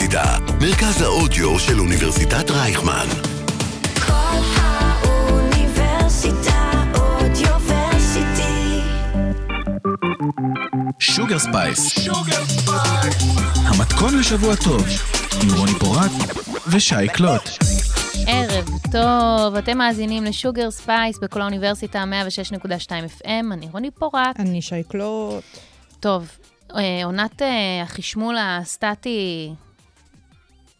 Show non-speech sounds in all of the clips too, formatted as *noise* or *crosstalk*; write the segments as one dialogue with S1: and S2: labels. S1: הידע, מרכז האודיו של אוניברסיטת רייכמן.
S2: כל האוניברסיטה אודיוורסיטי.
S3: שוגר ספייס. המתכון לשבוע טוב, עם רוני פורט ושי קלוט.
S4: ערב טוב, אתם מאזינים לשוגר ספייס בכל האוניברסיטה 106.2 FM, אני רוני פורט.
S5: אני שייקלוט.
S4: טוב, אה, עונת אה, החשמול הסטטי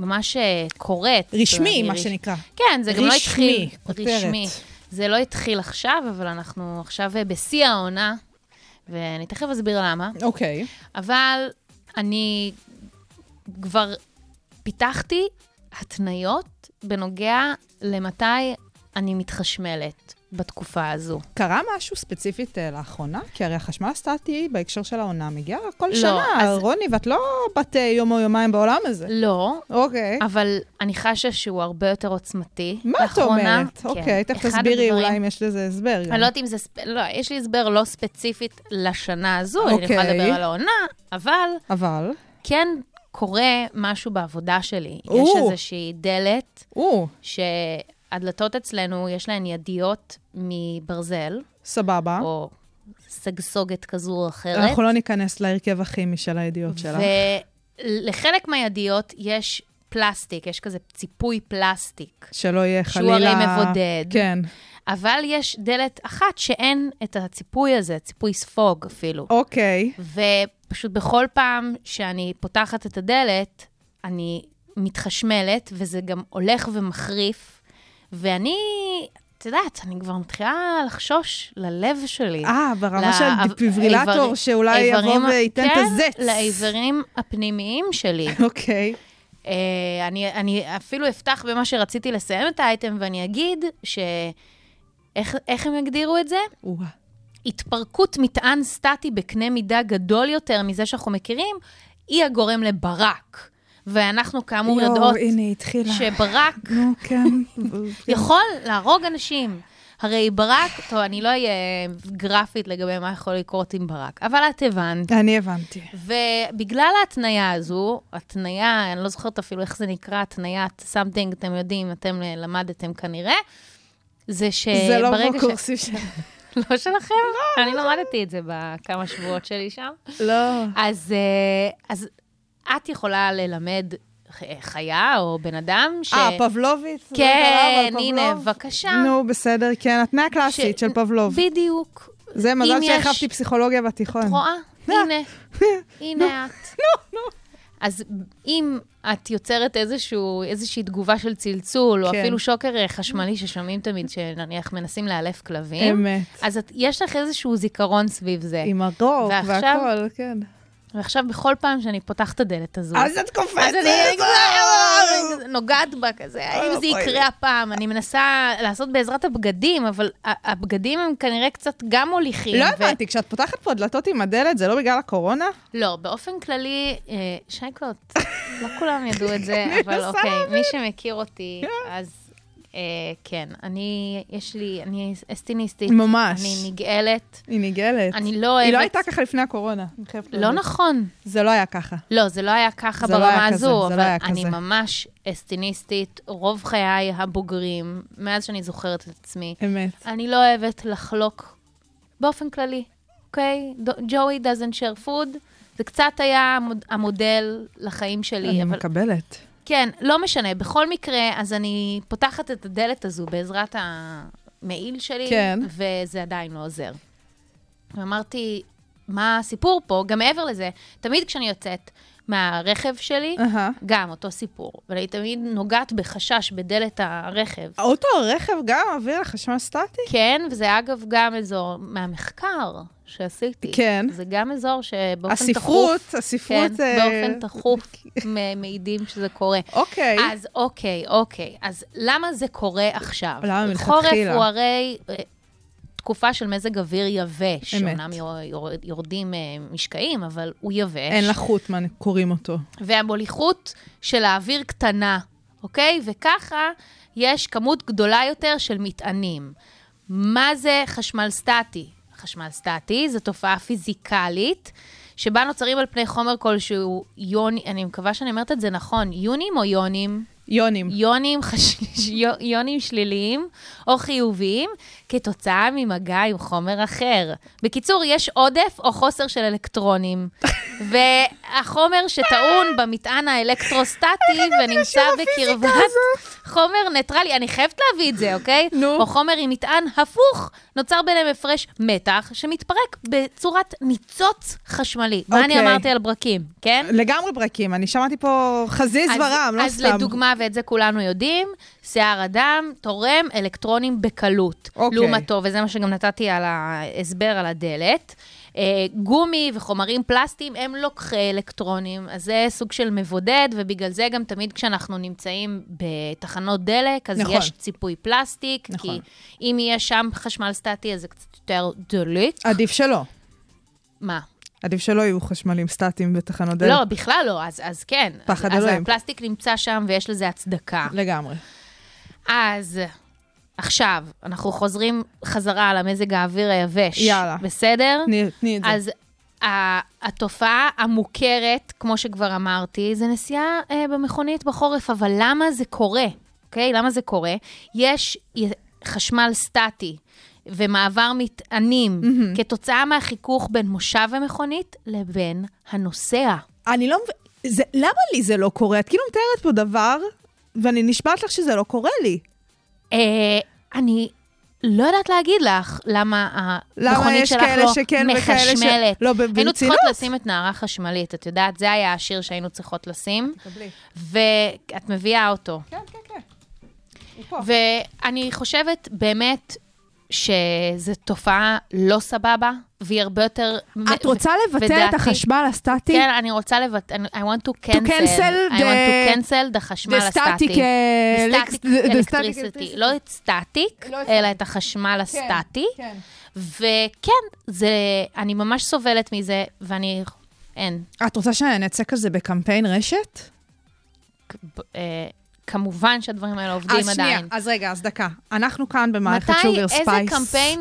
S4: ממש אה, קורית.
S5: רשמי,
S4: אני
S5: מה
S4: רש-
S5: שנקרא.
S4: כן, זה גם לא
S5: רשמי,
S4: התחיל.
S5: כותרת.
S4: זה לא התחיל עכשיו, אבל אנחנו עכשיו אה, בשיא העונה, ואני תכף אסביר למה.
S5: אוקיי.
S4: אבל אני כבר פיתחתי התניות בנוגע למתי אני מתחשמלת בתקופה הזו.
S5: קרה משהו ספציפית אה, לאחרונה? כי הרי החשמל הסטטי בהקשר של העונה מגיע כל
S4: לא,
S5: שנה,
S4: אז-
S5: רוני, ואת לא בת אה, יום או יומיים בעולם הזה.
S4: לא,
S5: אוקיי.
S4: אבל אני חשה שהוא הרבה יותר עוצמתי.
S5: מה את
S4: לאחרונה.
S5: אומרת?
S4: כן.
S5: אוקיי, תכף
S4: אחד
S5: תסבירי
S4: הדברים-
S5: אולי אם יש לזה הסבר. גם.
S4: אני לא יודעת אם זה... ספ- לא, יש לי הסבר לא ספציפית לשנה הזו, אני יכולה
S5: אוקיי.
S4: לדבר על העונה, אבל
S5: אבל,
S4: כן קורה משהו בעבודה שלי. יש
S5: או.
S4: איזושהי דלת
S5: או,
S4: שהדלתות אצלנו, יש להן ידיות מברזל,
S5: סבבה.
S4: או סגסוגת כזו או אחרת.
S5: אה? אנחנו לא ניכנס להרכב הכימי של הידיעות שלך.
S4: ולחלק מהידיות יש פלסטיק, יש כזה ציפוי פלסטיק.
S5: שלא יהיה
S4: שהוא
S5: חלילה...
S4: הרי מבודד.
S5: כן.
S4: אבל יש דלת אחת שאין את הציפוי הזה, ציפוי ספוג אפילו.
S5: אוקיי.
S4: ופשוט בכל פעם שאני פותחת את הדלת, אני מתחשמלת, וזה גם הולך ומחריף, ואני, את יודעת, אני כבר מתחילה לחשוש ללב שלי.
S5: אה, ברמה של
S4: לאיבר-
S5: דפיברילטור שאולי יבוא
S4: האיברים ה-
S5: וייתן את
S4: כן,
S5: הזץ.
S4: לאיברים הפנימיים
S5: *laughs*
S4: שלי.
S5: אוקיי.
S4: אה, אני, אני אפילו אפתח במה שרציתי לסיים את האייטם, ואני אגיד ש... איך, איך הם הגדירו את זה?
S5: וואה.
S4: התפרקות מטען סטטי בקנה מידה גדול יותר מזה שאנחנו מכירים, היא הגורם לברק. ואנחנו כאמור
S5: יואו,
S4: יודעות
S5: הנה, היא התחילה.
S4: שברק
S5: *laughs* נו, כן.
S4: *laughs* יכול להרוג אנשים. הרי ברק, טוב, אני לא אהיה גרפית לגבי מה יכול לקרות עם ברק, אבל את הבנת.
S5: אני הבנתי.
S4: אה, ובגלל ההתניה הזו, התניה, אני לא זוכרת אפילו איך זה נקרא, התניית סמטינג, אתם יודעים, אתם אה, למדתם כנראה, זה שברגע
S5: זה לא
S4: ש-
S5: בקורסים שלנו.
S4: *laughs* לא שלכם? אני למדתי את זה בכמה שבועות שלי שם.
S5: לא.
S4: אז, אה, אז את יכולה ללמד ח- חיה או בן אדם ש...
S5: אה, פבלובית? זה
S4: כן,
S5: לא קרה, אבל
S4: הנה,
S5: פבלוב?
S4: בבקשה.
S5: נו, בסדר, כן, התנאה הקלאסית
S4: ש-
S5: של פבלוב.
S4: בדיוק.
S5: זה מזל
S4: אם יש-
S5: שהחלפתי פסיכולוגיה בתיכון.
S4: את רואה? הנה, הנה את.
S5: *laughs*
S4: אז אם את יוצרת איזשהו, איזושהי תגובה של צלצול, או
S5: כן.
S4: אפילו שוקר אה, חשמלי ששומעים תמיד, שנניח מנסים לאלף כלבים,
S5: אמת.
S4: אז את, יש לך איזשהו זיכרון סביב זה.
S5: *laughs* עם הרוק
S4: ועכשיו-
S5: והכל, כן.
S4: ועכשיו, בכל פעם שאני פותחת את הדלת הזו,
S5: אז את קופצת.
S4: לא. אז אני כבר נוגעת בה כזה,
S5: אה,
S4: האם זה
S5: אוי.
S4: יקרה הפעם? אני מנסה לעשות בעזרת הבגדים, אבל ה- הבגדים הם כנראה קצת גם מוליכים.
S5: לא
S4: ו-
S5: הבנתי, כשאת פותחת פה דלתות עם הדלת, זה לא בגלל הקורונה?
S4: לא, באופן כללי, אה, שייקלוט,
S5: *laughs*
S4: לא כולם ידעו את זה, אבל
S5: מנסה
S4: אוקיי, מי שמכיר אותי, אז אה, כן, אני, יש לי, אני אסטיניסטית.
S5: ממש.
S4: אני נגאלת.
S5: היא נגאלת.
S4: אני לא
S5: היא לא
S4: אוהבת-
S5: הייתה ככה לפני הקורונה. אני חייבת
S4: לא
S5: להודות.
S4: נכון.
S5: זה לא היה ככה.
S4: לא, זה לא היה ככה
S5: זה לא
S4: ברמה
S5: היה כזה,
S4: הזו,
S5: זה
S4: אבל
S5: לא היה
S4: אני
S5: כזה.
S4: ממש אסטיניסטית, רוב חיי הבוגרים, מאז שאני זוכרת את עצמי.
S5: אמת.
S4: אני לא אוהבת לחלוק באופן כללי, אוקיי? ג'וי doesn't share food. זה קצת היה המוד- המודל לחיים שלי,
S5: אני
S4: אבל...
S5: מקבלת.
S4: כן, לא משנה. בכל מקרה, אז אני פותחת את הדלת הזו בעזרת המעיל שלי,
S5: כן.
S4: וזה עדיין לא עוזר. ואמרתי, מה הסיפור פה? גם מעבר לזה, תמיד כשאני יוצאת מהרכב שלי,
S5: אהה.
S4: גם אותו סיפור. ואני תמיד נוגעת בחשש בדלת הרכב.
S5: האוטו, הרכב גם מעביר לחשמל סטטי?
S4: כן, וזה אגב גם אזור מהמחקר שעשיתי.
S5: כן.
S4: זה גם אזור שבאופן
S5: הספרות,
S4: תכוף...
S5: הספרות...
S4: כן,
S5: אה,
S4: באופן
S5: *laughs*
S4: תכוף מ- מעידים שזה קורה.
S5: אוקיי.
S4: אז אוקיי, אוקיי. אז למה זה קורה עכשיו?
S5: למה
S4: חורף
S5: מלכתחילה?
S4: הוא הרי אה, תקופה של מזג אוויר יבש.
S5: אמת.
S4: אומנם יור- יור- יורדים אה, משקעים, אבל הוא יבש.
S5: אין לך חוט, מה קוראים אותו.
S4: והמוליכות של האוויר קטנה, אוקיי? וככה יש כמות גדולה יותר של מטענים. מה זה חשמל סטטי? חשמל סטטי זה תופעה פיזיקלית שבה נוצרים על פני חומר כלשהו יוני, אני מקווה שאני אומרת את זה נכון, יונים או יונים?
S5: יונים.
S4: יונים, חש... *laughs* יו- יונים שליליים או חיוביים כתוצאה ממגע עם חומר אחר. בקיצור, יש עודף או חוסר של
S5: *laughs*
S4: אלקטרונים. והחומר שטעון במטען האלקטרוסטטי ונמצא בקרבת חומר ניטרלי, אני חייבת להביא את זה, אוקיי?
S5: נו.
S4: או חומר עם מטען הפוך, נוצר ביניהם הפרש מתח שמתפרק בצורת ניצוץ חשמלי. מה אני
S5: אוקיי.
S4: אמרתי על ברקים, כן?
S5: לגמרי ברקים, אני שמעתי פה חזיז
S4: אז-
S5: ורם, לא
S4: אז
S5: סתם.
S4: לדוגמה, ואת זה כולנו יודעים, שיער אדם תורם אלקטרונים בקלות.
S5: אוקיי.
S4: לעומתו, וזה מה שגם נתתי על ההסבר על הדלת. אה, גומי וחומרים פלסטיים הם לוקחי אלקטרונים, אז זה סוג של מבודד, ובגלל זה גם תמיד כשאנחנו נמצאים בתחנות דלק, אז
S5: נכון.
S4: יש ציפוי פלסטיק,
S5: נכון.
S4: כי אם יהיה שם חשמל סטטי, אז זה קצת יותר דליק.
S5: עדיף שלא.
S4: מה?
S5: עדיף שלא יהיו חשמלים סטטיים בתחנות דלק.
S4: לא, בכלל לא, אז, אז כן.
S5: פחד
S4: אז, אז
S5: אלוהים.
S4: הפלסטיק נמצא שם ויש לזה הצדקה.
S5: לגמרי.
S4: אז עכשיו, אנחנו חוזרים חזרה למזג האוויר היבש.
S5: יאללה.
S4: בסדר?
S5: תני- תני את זה.
S4: אז ה- התופעה המוכרת, כמו שכבר אמרתי, זה נסיעה אה, במכונית בחורף, אבל למה זה קורה? אוקיי? למה זה קורה? יש י- חשמל סטטי. ומעבר מטענים mm-hmm. כתוצאה מהחיכוך בין מושב ומכונית לבין הנוסע.
S5: אני לא מבין, זה- למה לי זה לא קורה? את כאילו מתארת פה דבר, ואני נשבעת לך שזה לא קורה לי.
S4: אה, אני לא יודעת להגיד לך למה המכונית
S5: יש
S4: שלך
S5: כאלה
S4: לא
S5: שכן וכאלה ש-
S4: מחשמלת.
S5: לא, ב-
S4: היינו
S5: ברצינות?
S4: צריכות לשים את נערה חשמלית, את יודעת? זה היה השיר שהיינו צריכות לשים.
S5: קבלי.
S4: ואת מביאה אותו.
S5: כן, כן, כן. הוא פה.
S4: ואני חושבת באמת שזו תופעה לא סבבה, והיא הרבה יותר...
S5: את רוצה לבטל את
S4: ודעתי-
S5: החשמל הסטטי?
S4: כן, אני רוצה לבטל, I want to cancel,
S5: cancel
S4: I
S5: the-
S4: want to cancel the חשמל
S5: the static,
S4: הסטטי.
S5: uh,
S4: The static
S5: elect- the- the static
S4: electricity. לא את סטטיק,
S5: לא את
S4: אלא
S5: static.
S4: את החשמל
S5: כן,
S4: הסטטי.
S5: כן.
S4: וכן, זה, אני ממש סובלת מזה, ואני, אין,
S5: את רוצה שנצא כזה בקמפיין רשת?
S4: כ- ב- אה, כמובן שהדברים האלה עובדים
S5: אז
S4: עדיין.
S5: אה, שנייה, אז רגע, אז דקה. אנחנו כאן במערכת
S4: מתי,
S5: שוגר
S4: איזה
S5: ספייס.
S4: קמפיין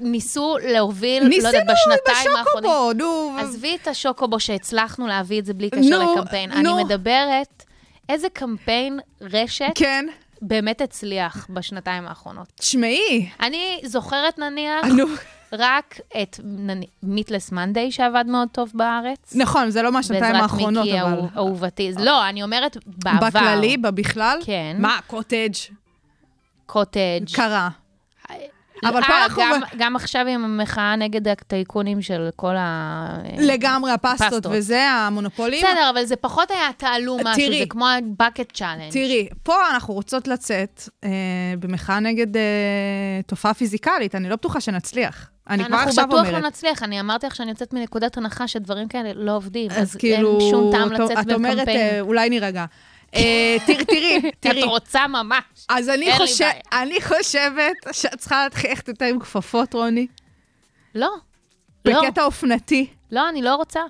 S4: ניסו להוביל, לא
S5: ניסינו
S4: יודעת, בשנתיים האחרונות?
S5: בשוקובו, נו.
S4: עזבי את השוקובו שהצלחנו להביא את זה בלי קשר
S5: נו,
S4: לקמפיין.
S5: נו.
S4: אני מדברת, איזה קמפיין רשת
S5: כן.
S4: באמת הצליח בשנתיים האחרונות.
S5: תשמעי.
S4: אני זוכרת נניח
S5: נו.
S4: רק את מיטלס מנדי שעבד מאוד טוב בארץ.
S5: נכון, זה לא מהשנתיים
S4: בעזרת
S5: האחרונות,
S4: מיקי
S5: אבל...
S4: אהוב- אהובתי. לא, אני אומרת בעבר.
S5: בכללי, בבכלל?
S4: כן.
S5: מה, קוטג'
S4: קוטג'.
S5: קרה. אבל
S4: אה,
S5: פה אנחנו...
S4: גם-
S5: ב-
S4: גם עכשיו עם המחאה נגד הטייקונים של כל ה...
S5: לגמרי, הפסטות
S4: פסטות.
S5: וזה, המונופולים.
S4: בסדר, אבל זה פחות היה תעלומה,
S5: תראי.
S4: שזה כמו ה-bucket challenge.
S5: תראי, פה אנחנו רוצות לצאת אה, במחאה נגד אה, תופעה פיזיקלית, אני לא בטוחה שנצליח. אני כבר עכשיו אומרת.
S4: אנחנו בטוח לא נצליח, אני אמרתי לך שאני יוצאת מנקודת הנחה שדברים כאלה לא עובדים,
S5: אז כאילו...
S4: אין שום טעם
S5: את-
S4: לצאת
S5: את אומרת, אה,
S4: בקמפיין.
S5: אולי נירגע. אה, תראי, תראי, תראי.
S4: *laughs*
S5: אה,
S4: את רוצה ממש.
S5: אז אני,
S4: אין לי
S5: חושב, אני חושבת שאת צריכה להתחיל ללכת יותר עם כפפות, רוני.
S4: לא, לא,
S5: בקטע אופנתי.
S4: לא, אני לא רוצה.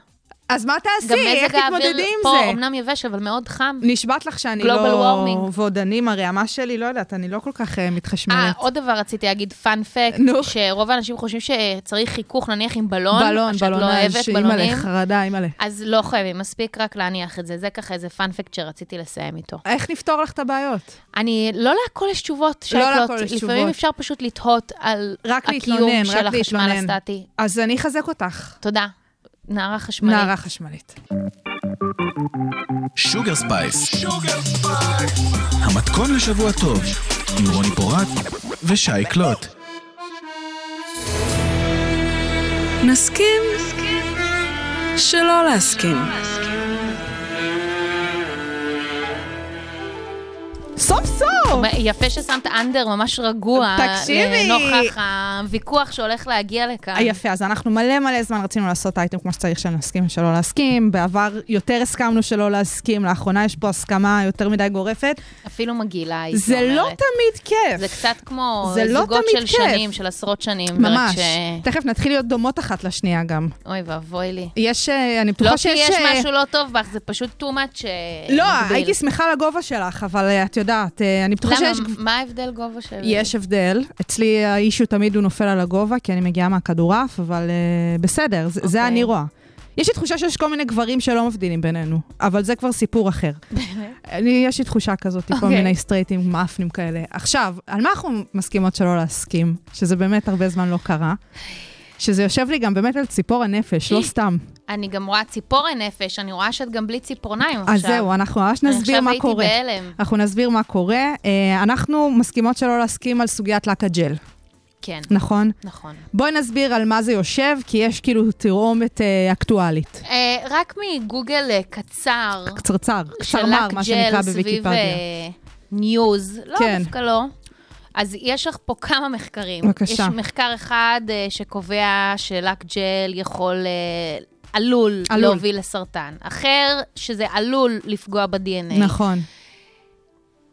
S5: אז מה
S4: גם
S5: תעשי? איך
S4: מזג האוויר
S5: תתמודדי עם
S4: פה
S5: זה?
S4: אמנם יבש, אבל מאוד חם.
S5: נשבעת לך שאני
S4: Global
S5: לא
S4: warming.
S5: וודנים, הרי המה שלי, לא יודעת, אני לא כל כך אה,
S4: אה,
S5: מתחשמלת.
S4: עוד דבר רציתי להגיד, פאנפקט,
S5: נו.
S4: שרוב האנשים חושבים שצריך חיכוך נניח עם בלון,
S5: בלון,
S4: שאת
S5: בלון,
S4: לא אוהבת
S5: אימא'לה,
S4: בלונים,
S5: חרדה, אימא'לה.
S4: אז לא חייבים, מספיק רק להניח את זה. זה ככה איזה פאנפקט שרציתי לסיים איתו.
S5: איך נפתור לך את הבעיות?
S4: אני, לא להכל יש תשובות,
S5: לא
S4: שייקלוט.
S5: להכל יש
S4: לפעמים
S5: תשובות.
S4: אפשר פשוט לתהות על
S5: רק
S4: הקיום
S5: להתלונן,
S4: של
S5: רק
S4: החשמל
S5: להתלונן.
S4: הסטטי.
S5: אז אני אחזק אותך,
S4: תודה. נערה חשמלית.
S5: נערה חשמלית.
S3: שוגר ספייס. המתכון לשבוע טוב, עם רוני פורט ושי קלוט.
S2: נסכים שלא להסכים.
S5: סוף סוף!
S4: יפה ששמת אנדר ממש רגוע.
S5: תקשיבי.
S4: לנוכח הוויכוח שהולך להגיע לכאן.
S5: אה, יפה, אז אנחנו מלא מלא זמן רצינו לעשות אייטם כמו שצריך של נסכים ושלא להסכים. בעבר יותר הסכמנו שלא להסכים, לאחרונה יש פה הסכמה יותר מדי גורפת.
S4: אפילו מגעילה, הייתי
S5: זה לא
S4: אומרת.
S5: תמיד כיף.
S4: זה קצת כמו
S5: זה לא
S4: זוגות
S5: תמיד
S4: של
S5: כיף.
S4: שנים, של עשרות שנים. ורק
S5: ממש.
S4: ש...
S5: תכף נתחיל להיות דומות אחת לשנייה גם.
S4: אוי ואבוי לי.
S5: יש, אה, אני בטוחה
S4: לא
S5: שיש...
S4: שיש
S5: אה,
S4: משהו לא טוב בך, זה פשוט too much אה, שמגביל.
S5: לא, הייתי שמחה לגובה שלך, אבל אה, את יודעת, אה, אני בטוחה שיש...
S4: למה? מה ההבדל גובה שלי?
S5: יש הבדל. אצלי האישו תמיד הוא נופל על הגובה, כי אני מגיעה מהכדורעף, אבל אה, בסדר, זה- זה
S4: אוקיי.
S5: אני רואה. יש לי תחושה שיש כל מיני גברים שלא מבדילים בינינו, אבל זה כבר
S4: *laughs*
S5: סיפור אחר. אני, יש לי תחושה כזאת, כל
S4: אוקיי.
S5: מיני סטרייטים, מאפנים כאלה. עכשיו, על מה אנחנו מסכימות שלא להסכים? שזה באמת הרבה זמן לא קרה. שזה יושב לי גם באמת על ציפור
S4: *laughs*
S5: הנפש, לא סתם.
S4: אני גם רואה ציפורן נפש, אני רואה שאת גם בלי ציפורניים עכשיו.
S5: אז זהו, אנחנו ממש
S4: אני
S5: נסביר מה קורה.
S4: עכשיו הייתי בהלם.
S5: אנחנו נסביר מה קורה. אה, אנחנו מסכימות שלא להסכים על סוגיית לק הג'ל,
S4: כן,
S5: נכון?
S4: נכון.
S5: בואי נסביר על מה זה יושב, כי יש כאילו תרעומת אה, אקטואלית.
S4: אה, רק מגוגל אה, קצר,
S5: קצרצר, קצרמר,
S4: שלק
S5: מה
S4: ג'ל
S5: שנקרא
S4: סביב
S5: בוויקיפדיה.
S4: אה, ניוז, לא,
S5: כן.
S4: דווקא לא. אז יש לך פה כמה מחקרים.
S5: בבקשה.
S4: יש מחקר אחד אה, שקובע שלק ג'ל יכול, אה, עלול,
S5: עלול.
S4: להוביל לסרטן. אחר, שזה עלול לפגוע ב-DNA.
S5: נכון.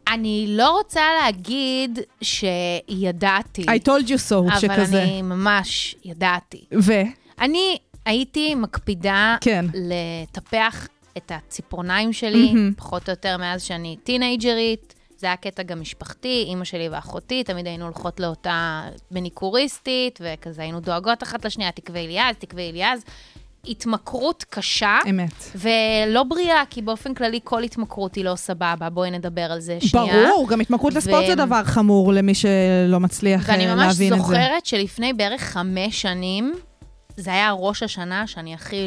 S4: אני לא רוצה להגיד שידעתי,
S5: I told you so,
S4: אבל
S5: שכזה.
S4: אני ממש ידעתי.
S5: ו?
S4: אני הייתי מקפידה
S5: כן.
S4: לטפח את הציפורניים שלי,
S5: מהמם.
S4: פחות או יותר מאז שאני טינג'רית. זה היה קטע גם משפחתי, אימא שלי ואחותי, תמיד היינו הולכות לאותה מניקוריסטית, וכזה היינו דואגות אחת לשנייה, תקווה אליעז, תקווה אליעז. התמכרות קשה.
S5: אמת.
S4: ולא בריאה, כי באופן כללי כל התמכרות היא לא סבבה, בואי נדבר על זה שנייה.
S5: ברור, גם התמכרות לספורט זה
S4: ו-
S5: דבר חמור למי שלא מצליח אה,
S4: ואני
S5: להבין את זה.
S4: ממש זוכרת שלפני בערך חמש שנים, זה היה ראש השנה שאני הכי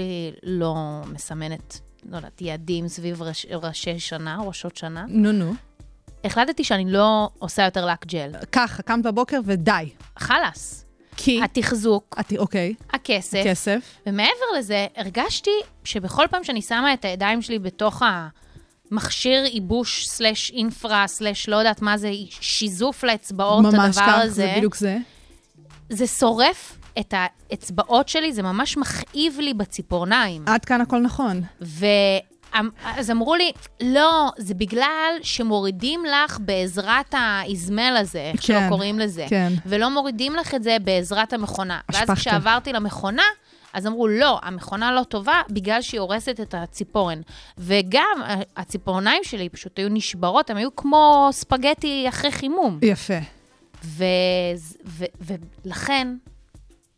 S4: לא מסמנת, לא יודעת, יעדים סביב ראש, ראשי שנה, ראשות שנה.
S5: נו, נו.
S4: החלטתי שאני לא עושה יותר לק ג'ל.
S5: ככה, קמת בבוקר ודי.
S4: חלאס.
S5: כי?
S4: התחזוק,
S5: את... אוקיי.
S4: הכסף,
S5: כסף.
S4: ומעבר לזה, הרגשתי שבכל פעם שאני שמה את הידיים שלי בתוך המכשיר ייבוש, סלאש אינפרה, סלאש לא יודעת מה זה, שיזוף לאצבעות,
S5: ממש
S4: הדבר
S5: כך,
S4: הזה.
S5: זה בדיוק זה.
S4: זה שורף את האצבעות שלי, זה ממש מכאיב לי בציפורניים.
S5: עד כאן הכל נכון.
S4: ואז אמרו לי, לא, זה בגלל שמורידים לך בעזרת האזמל הזה, איך שלא
S5: כן,
S4: קוראים לזה.
S5: כן.
S4: ולא מורידים לך את זה בעזרת המכונה. ואז
S5: השפכת.
S4: כשעברתי למכונה, אז אמרו, לא, המכונה לא טובה בגלל שהיא הורסת את הציפורן. וגם ה- הציפורניים שלי פשוט היו נשברות, הן היו כמו ספגטי אחרי חימום.
S5: יפה.
S4: ו- ו- ולכן,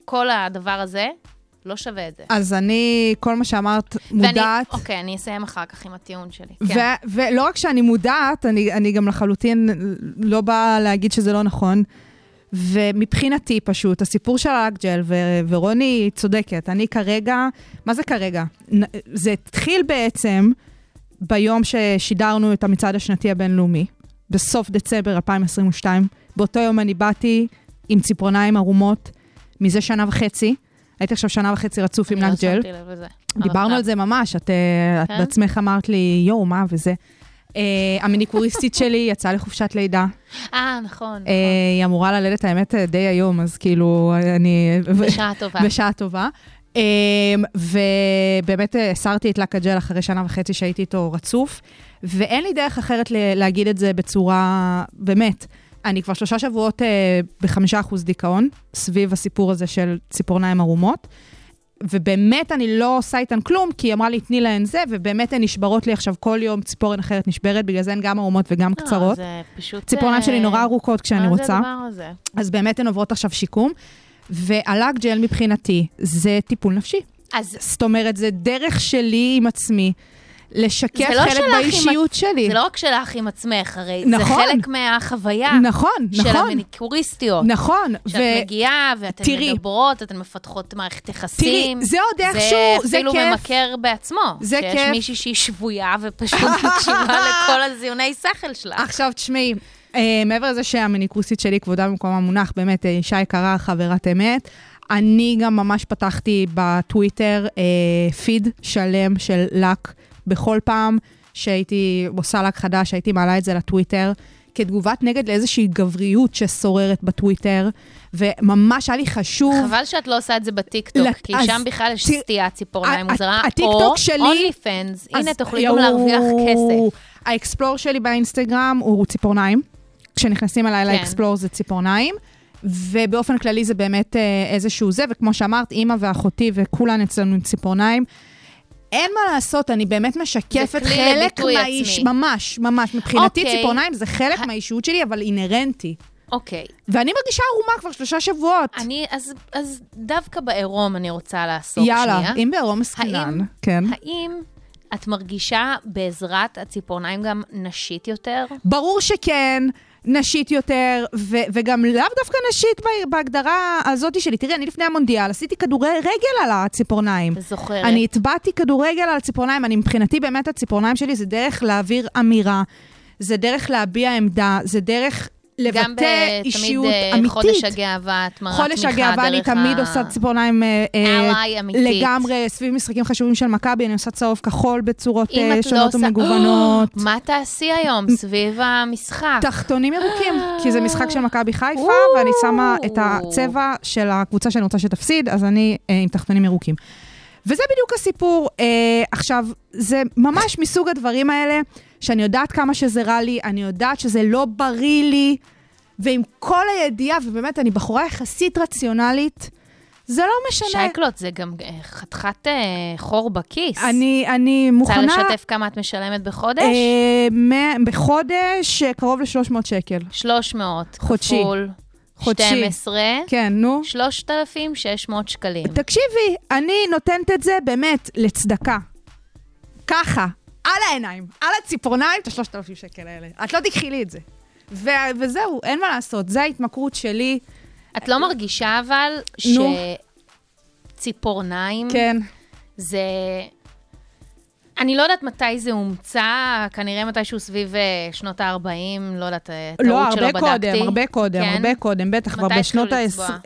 S4: כל הדבר הזה לא שווה את זה.
S5: אז אני, כל מה שאמרת, מודעת.
S4: ואני, אוקיי, אני אסיים אחר כך עם הטיעון שלי.
S5: ו-
S4: כן.
S5: ולא רק שאני מודעת, אני, אני גם לחלוטין לא באה להגיד שזה לא נכון. ומבחינתי פשוט, הסיפור של האקג'ל, ו- ורוני צודקת, אני כרגע, מה זה כרגע? נ- זה התחיל בעצם ביום ששידרנו את המצעד השנתי הבינלאומי, בסוף דצמבר 2022. באותו יום אני באתי עם ציפורניים ערומות מזה שנה וחצי. הייתי עכשיו שנה וחצי רצוף עם
S4: אני לא
S5: נאק ג'ל.
S4: שמתי לב לזה. אוקיי.
S5: דיברנו
S4: אבל-
S5: על זה ממש, את, אה, את
S4: כן?
S5: בעצמך אמרת לי, יואו, מה וזה. Uh, המניקוריסטית שלי יצאה לחופשת לידה.
S4: אה, נכון, נכון.
S5: Uh, היא אמורה ללדת, האמת, אה, די היום, אז כאילו, אני...
S4: בשעה טובה.
S5: *laughs* בשעה טובה. Um, ובאמת אה, הסרתי את לק הג'ל אחרי שנה וחצי שהייתי איתו רצוף, ואין לי דרך אחרת ל- להגיד את זה בצורה, באמת, אני כבר שלושה שבועות uh, בחמישה אחוז דיכאון, סביב הסיפור הזה של ציפורניים ערומות, ובאמת אני לא עושה איתן כלום, כי היא אמרה לי, תני להן זה, ובאמת הן נשברות לי עכשיו כל יום, ציפורן אחרת נשברת, בגלל זה הן גם ערומות וגם
S4: לא,
S5: קצרות.
S4: זה פשוט...
S5: ציפורניים שלי נורא ארוכות כשאני
S4: מה זה
S5: רוצה.
S4: הדבר הזה?
S5: אז באמת הן עוברות עכשיו שיקום. והלאק ג'ל מבחינתי זה טיפול נפשי.
S4: אז
S5: זאת אומרת, זה דרך שלי עם עצמי לשקף
S4: זה לא
S5: חלק
S4: שלך עם
S5: באישיות שלי.
S4: זה לא רק שלך עם עצמך, הרי זה
S5: נכון.
S4: חלק מהחוויה
S5: נכון,
S4: של
S5: נכון,
S4: המניקוריסטיות.
S5: נכון.
S4: שאת מגיעה, ואתן
S5: תראי.
S4: מדברות, אתן מפתחות מערכת
S5: תראי,
S4: יחסים.
S5: זה עוד איכשהו, זה
S4: אפילו
S5: כיף.
S4: ממכר בעצמו.
S5: זה
S4: שיש
S5: כיף.
S4: מישהי שהיא שבויה ופשוט *laughs* מקשיבה לכל הזיוני שכל שלה.
S5: עכשיו, תשמעי, אה, מעבר לזה שהמניקוסית שלי כבודה במקום המונח, באמת, אה, אישה יקרה, חברת אמת, אני גם ממש פתחתי בטוויטר אה, פיד שלם של לק בכל פעם שהייתי עושה לק חדש, הייתי מעלה את זה לטוויטר. כתגובת נגד לאיזושהי גבריות ששוררת בטוויטר, וממש היה לי חשוב...
S4: חבל שאת לא עושה את זה בטיקטוק,
S5: לת-
S4: כי
S5: אז
S4: שם בכלל יש
S5: תראי,
S4: סטיית ציפורניים
S5: ה-
S4: מוזרה,
S5: ה- הטיקטוק
S4: או
S5: שלי-
S4: אונלי פנס, הנה
S5: אז-
S4: תוכלי גם
S5: יואו,
S4: להרוויח כסף.
S5: האקספלור שלי באינסטגרם הוא ציפורניים. כשנכנסים אליי
S4: כן.
S5: לאקספלור זה ציפורניים. ובאופן כללי זה באמת אה, איזשהו זה, וכמו שאמרת, אימא ואחותי וכולן אצלנו עם ציפורניים. אין מה לעשות, אני באמת משקפת
S4: כלי
S5: חלק
S4: לביטוי
S5: מהאיש,
S4: עצמי.
S5: ממש, ממש. מבחינתי
S4: אוקיי.
S5: ציפורניים זה חלק
S4: ה-
S5: מהאישיות שלי, אבל אינהרנטי.
S4: אוקיי.
S5: ואני מרגישה ערומה כבר שלושה שבועות.
S4: אני, אז, אז דווקא בעירום אני רוצה לעסוק שנייה.
S5: יאללה, אם בעירום עסקינן,
S4: האם-
S5: כן.
S4: האם את מרגישה בעזרת הציפורניים גם נשית יותר?
S5: ברור שכן, נשית יותר, ו- וגם לאו דווקא נשית בה- בהגדרה הזאת שלי. תראי, אני לפני המונדיאל עשיתי כדורי רגל על הציפורניים.
S4: זוכרת.
S5: אני הטבעתי כדורגל על הציפורניים, אני מבחינתי באמת הציפורניים שלי זה דרך להעביר אמירה, זה דרך להביע עמדה, זה דרך
S4: גם
S5: לבטא
S4: ב-
S5: אישיות
S4: תמיד, אה,
S5: אמיתית.
S4: חודש הגאווה, את מראה תמיכה דרך
S5: חודש הגאווה, אני תמיד
S4: ה-
S5: עושה ציפורניים אה, אה,
S4: ally אמיתית.
S5: לגמרי, סביב משחקים חשובים של מכבי, אני עושה צהוב כחול בצורות
S4: אם
S5: אה,
S4: את לא
S5: שונות
S4: עושה-
S5: ומגוונות.
S4: *gasps* מה תעשי היום סביב המשחק?
S5: תחתונים ירוקים, כי זה משחק של מכבי חיפה,
S4: אוו.
S5: ואני שמה את הצבע של הקבוצה שאני רוצה שתפסיד, אז אני אה, עם תחתונים ירוקים. וזה בדיוק הסיפור. אה, עכשיו, זה ממש מסוג הדברים האלה, שאני יודעת כמה שזה רע לי, אני יודעת שזה לא בריא לי, ועם כל הידיעה, ובאמת, אני בחורה יחסית רציונלית, זה לא משנה.
S4: שייקלוט זה גם אה, חתיכת אה, חור בכיס.
S5: אני, אני
S4: רוצה
S5: מוכנה...
S4: לשתף כמה את משלמת בחודש?
S5: אה, מ- בחודש אה, קרוב ל-300 שקל.
S4: כן? 300
S5: חודשי.
S4: כפול
S5: חודשי.
S4: 12,
S5: כן, נו.
S4: 3,600 שקלים.
S5: תקשיבי, אני נותנת את זה באמת לצדקה. ככה, על העיניים, על הציפורניים, את השלושת אלפים שקל האלה. את לא תיקחי לי את זה. ו- וזהו, אין מה לעשות, זה ההתמכרות שלי.
S4: את לא מרגישה אבל
S5: נו.
S4: שציפורניים
S5: כן.
S4: זה... אני לא יודעת מתי זה הומצא, כנראה מתישהו סביב אה, שנות ה-40, לא יודעת, אה, טעות
S5: לא,
S4: שלא
S5: הרבה
S4: בדקתי.
S5: קודם, הרבה קודם,
S4: כן?
S5: הרבה קודם, בטח כבר
S4: מתי
S5: בשנות
S4: התחילו
S5: ה-20...
S4: לצבוע?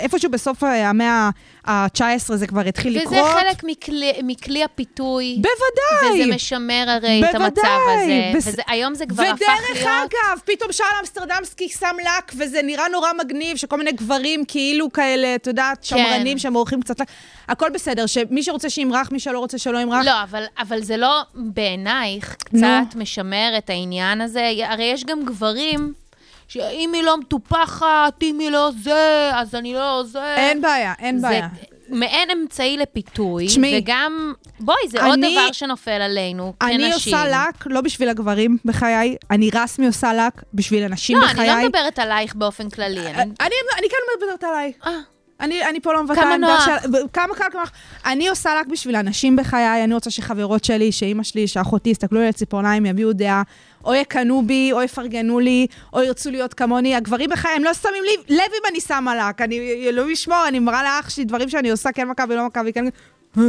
S5: איפשהו בסוף המאה ה-19 זה כבר התחיל לקרות.
S4: וזה חלק מכלי, מכלי הפיתוי.
S5: בוודאי.
S4: וזה משמר הרי את
S5: בוודאי.
S4: המצב הזה.
S5: בס-
S4: וזה, היום זה כבר הפך להיות...
S5: ודרך אגב, פתאום שאל אמסטרדמסקי שם לק, וזה נראה נורא מגניב, שכל מיני גברים כאילו כאלה, את
S4: כן.
S5: יודעת, שמרנים שמורחים קצת לק. הכל בסדר, שמי שרוצה שימרח, מי שלא רוצה שלא ימרח.
S4: לא, אבל, אבל זה לא בעינייך קצת משמר את העניין הזה. הרי יש גם גברים שאם היא לא מטופחת, אם היא לא זה, אז אני לא זה.
S5: אין בעיה, אין
S4: זה כן
S5: בעיה.
S4: מעין אמצעי לפיתוי,
S5: תשמעי,
S4: וגם, בואי, זה עוד
S5: אני-
S4: דבר שנופל עלינו כנשים.
S5: אני עושה לק לא בשביל הגברים בחיי, אני רסמי עושה לק בשביל הנשים
S4: לא,
S5: בחיי.
S4: אני לא מדברת עלייך באופן כללי. אני...
S5: אני, אני כן מדברת עליי.
S4: אה,
S5: אני, אני פה לא מבטאה
S4: כמה נוח.
S5: של... כמה קל, כמה... אני עושה רק בשביל אנשים בחיי, אני רוצה שחברות שלי, שאימא שלי, שאחותי, יסתכלו על הציפורניים, יביעו דעה, או יקנאו בי, או יפרגנו לי, או ירצו להיות כמוני. הגברים בחיי, הם לא שמים לי לב אם אני שמה לק. אני, אלוהים ישמור, אני מראה לאח שלי דברים שאני עושה, כן מכבי, לא מכבי, כן...
S4: אה.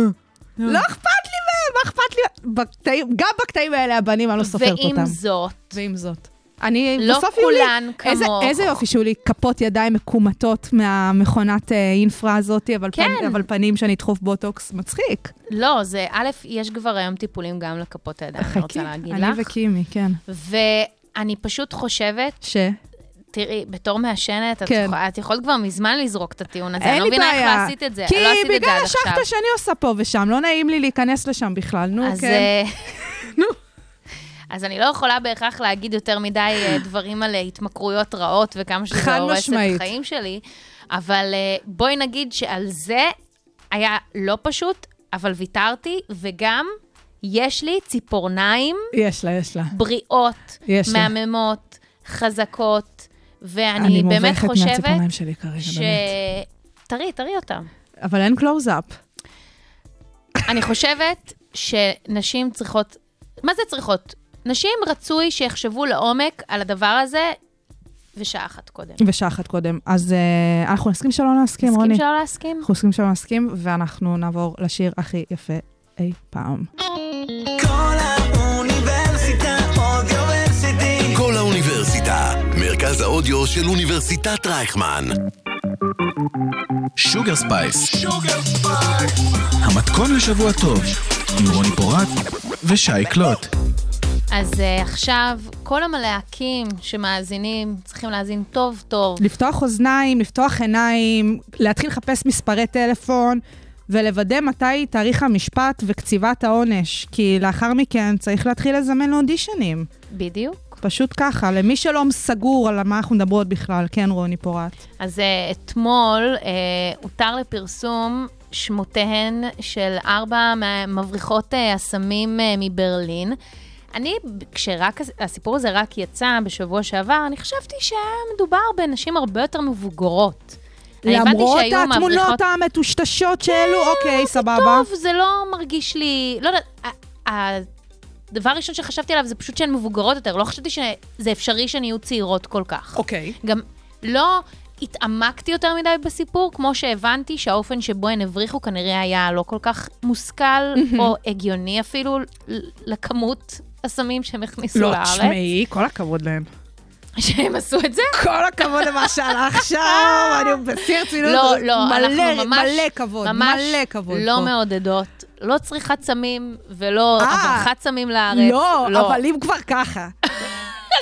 S5: לא אכפת לי מהם, מה אכפת לי? בקטעים, גם בקטעים האלה הבנים, אני לא סופרת
S4: ועם
S5: אותם.
S4: זאת,
S5: ועם זאת. אני,
S4: לא
S5: בסוף יהיו לי...
S4: כולן
S5: איזה,
S4: כמוך.
S5: איזה יופי שהיו לי כפות ידיים מקומטות מהמכונת אה, אינפרה הזאת, אבל,
S4: כן.
S5: פנ, אבל פנים שאני אדחוף בוטוקס, מצחיק.
S4: לא, זה, א', יש כבר היום טיפולים גם לכפות הידיים, אני
S5: חכי,
S4: רוצה להגיד
S5: אני
S4: לך.
S5: וקימי, כן.
S4: ואני פשוט חושבת
S5: ש?
S4: תראי, בתור מעשנת, את,
S5: כן.
S4: יכולה, את יכולת כבר מזמן לזרוק את הטיעון הזה. אני
S5: אין
S4: לא
S5: לי
S4: מבינה
S5: בעיה.
S4: איך לא עשית את זה.
S5: כי
S4: לא עשית את זה
S5: בגלל
S4: עד עכשיו.
S5: השחטה שאני עושה פה ושם, לא נעים לי להיכנס לשם בכלל, נו,
S4: אז,
S5: כן. *laughs*
S4: אה, אז אני לא יכולה בהכרח להגיד יותר מדי אה, דברים על אה, התמכרויות רעות וכמה שזה
S5: חד
S4: הורס את
S5: משמעית.
S4: החיים שלי, אבל אה, בואי נגיד שעל זה היה לא פשוט, אבל ויתרתי, וגם יש לי ציפורניים
S5: יש לה, יש לה.
S4: בריאות,
S5: יש לה.
S4: מהממות, חזקות, ואני
S5: אני
S4: באמת
S5: מובכת
S4: חושבת...
S5: מהציפורניים שלי כרגע,
S4: ש...
S5: באמת.
S4: תראי, תראי אותם.
S5: אבל אין קלוז-אפ.
S4: אני חושבת שנשים צריכות... מה זה צריכות? נשים רצוי שיחשבו לעומק על הדבר הזה, ושעה אחת קודם.
S5: ושחט קודם. אז אה, אנחנו נסכים שלא להסכים, כן, רוני.
S4: מסכים שלא להסכים?
S5: אנחנו נסכים שלא להסכים, ואנחנו נעבור לשיר הכי יפה אי פעם.
S6: כל האוניברסיטה אודיוורסיטי.
S1: כל האוניברסיטה, מרכז האודיו של אוניברסיטת רייכמן.
S3: שוגר ספייס. המתכון לשבוע טוב, עם רוני פורט ושי קלוט.
S4: אז uh, עכשיו, כל המלהקים שמאזינים צריכים להאזין טוב-טוב.
S5: לפתוח אוזניים, לפתוח עיניים, להתחיל לחפש מספרי טלפון, ולוודא מתי תאריך המשפט וקציבת העונש, כי לאחר מכן צריך להתחיל לזמן לאודישנים.
S4: בדיוק.
S5: פשוט ככה, למי שלא סגור על מה אנחנו מדברות בכלל, כן, רוני פורט.
S4: אז uh, אתמול uh, הותר לפרסום שמותיהן של ארבע מה- מבריחות אה, הסמים uh, אה, מברלין. אני, כשרק הסיפור הזה רק יצא בשבוע שעבר, אני חשבתי שהיה מדובר בנשים הרבה יותר מבוגרות. אני הבנתי
S5: למרות
S4: שהיו מבריחות-
S5: התמונות המטושטשות שהעלו, אוקיי, סבבה.
S4: טוב, זה לא מרגיש לי... לא יודעת, ה- ה- הדבר הראשון שחשבתי עליו זה פשוט שהן מבוגרות יותר, לא חשבתי שזה אפשרי שהן יהיו צעירות כל כך.
S5: אוקיי.
S4: גם לא התעמקתי יותר מדי בסיפור, כמו שהבנתי שהאופן שבו הן הבריחו כנראה היה לא כל כך מושכל, או הגיוני אפילו, ל- לכמות הסמים שהם הכניסו
S5: לא,
S4: לארץ.
S5: תשמעי, כל הכבוד להם.
S4: שהם עשו את זה.
S5: כל הכבוד למה
S4: *laughs*
S5: שהיה עכשיו, אני בשיא הרצינות.
S4: לא, לא, אנחנו
S5: כאילו, מלא,
S4: ממש...
S5: מלא כבוד,
S4: ממש
S5: מלא כבוד.
S4: לא
S5: פה.
S4: מעודדות, לא צריכת סמים ולא
S5: אה,
S4: הברחת סמים לארץ.
S5: לא, אבל אם כבר
S4: *laughs*
S5: ככה.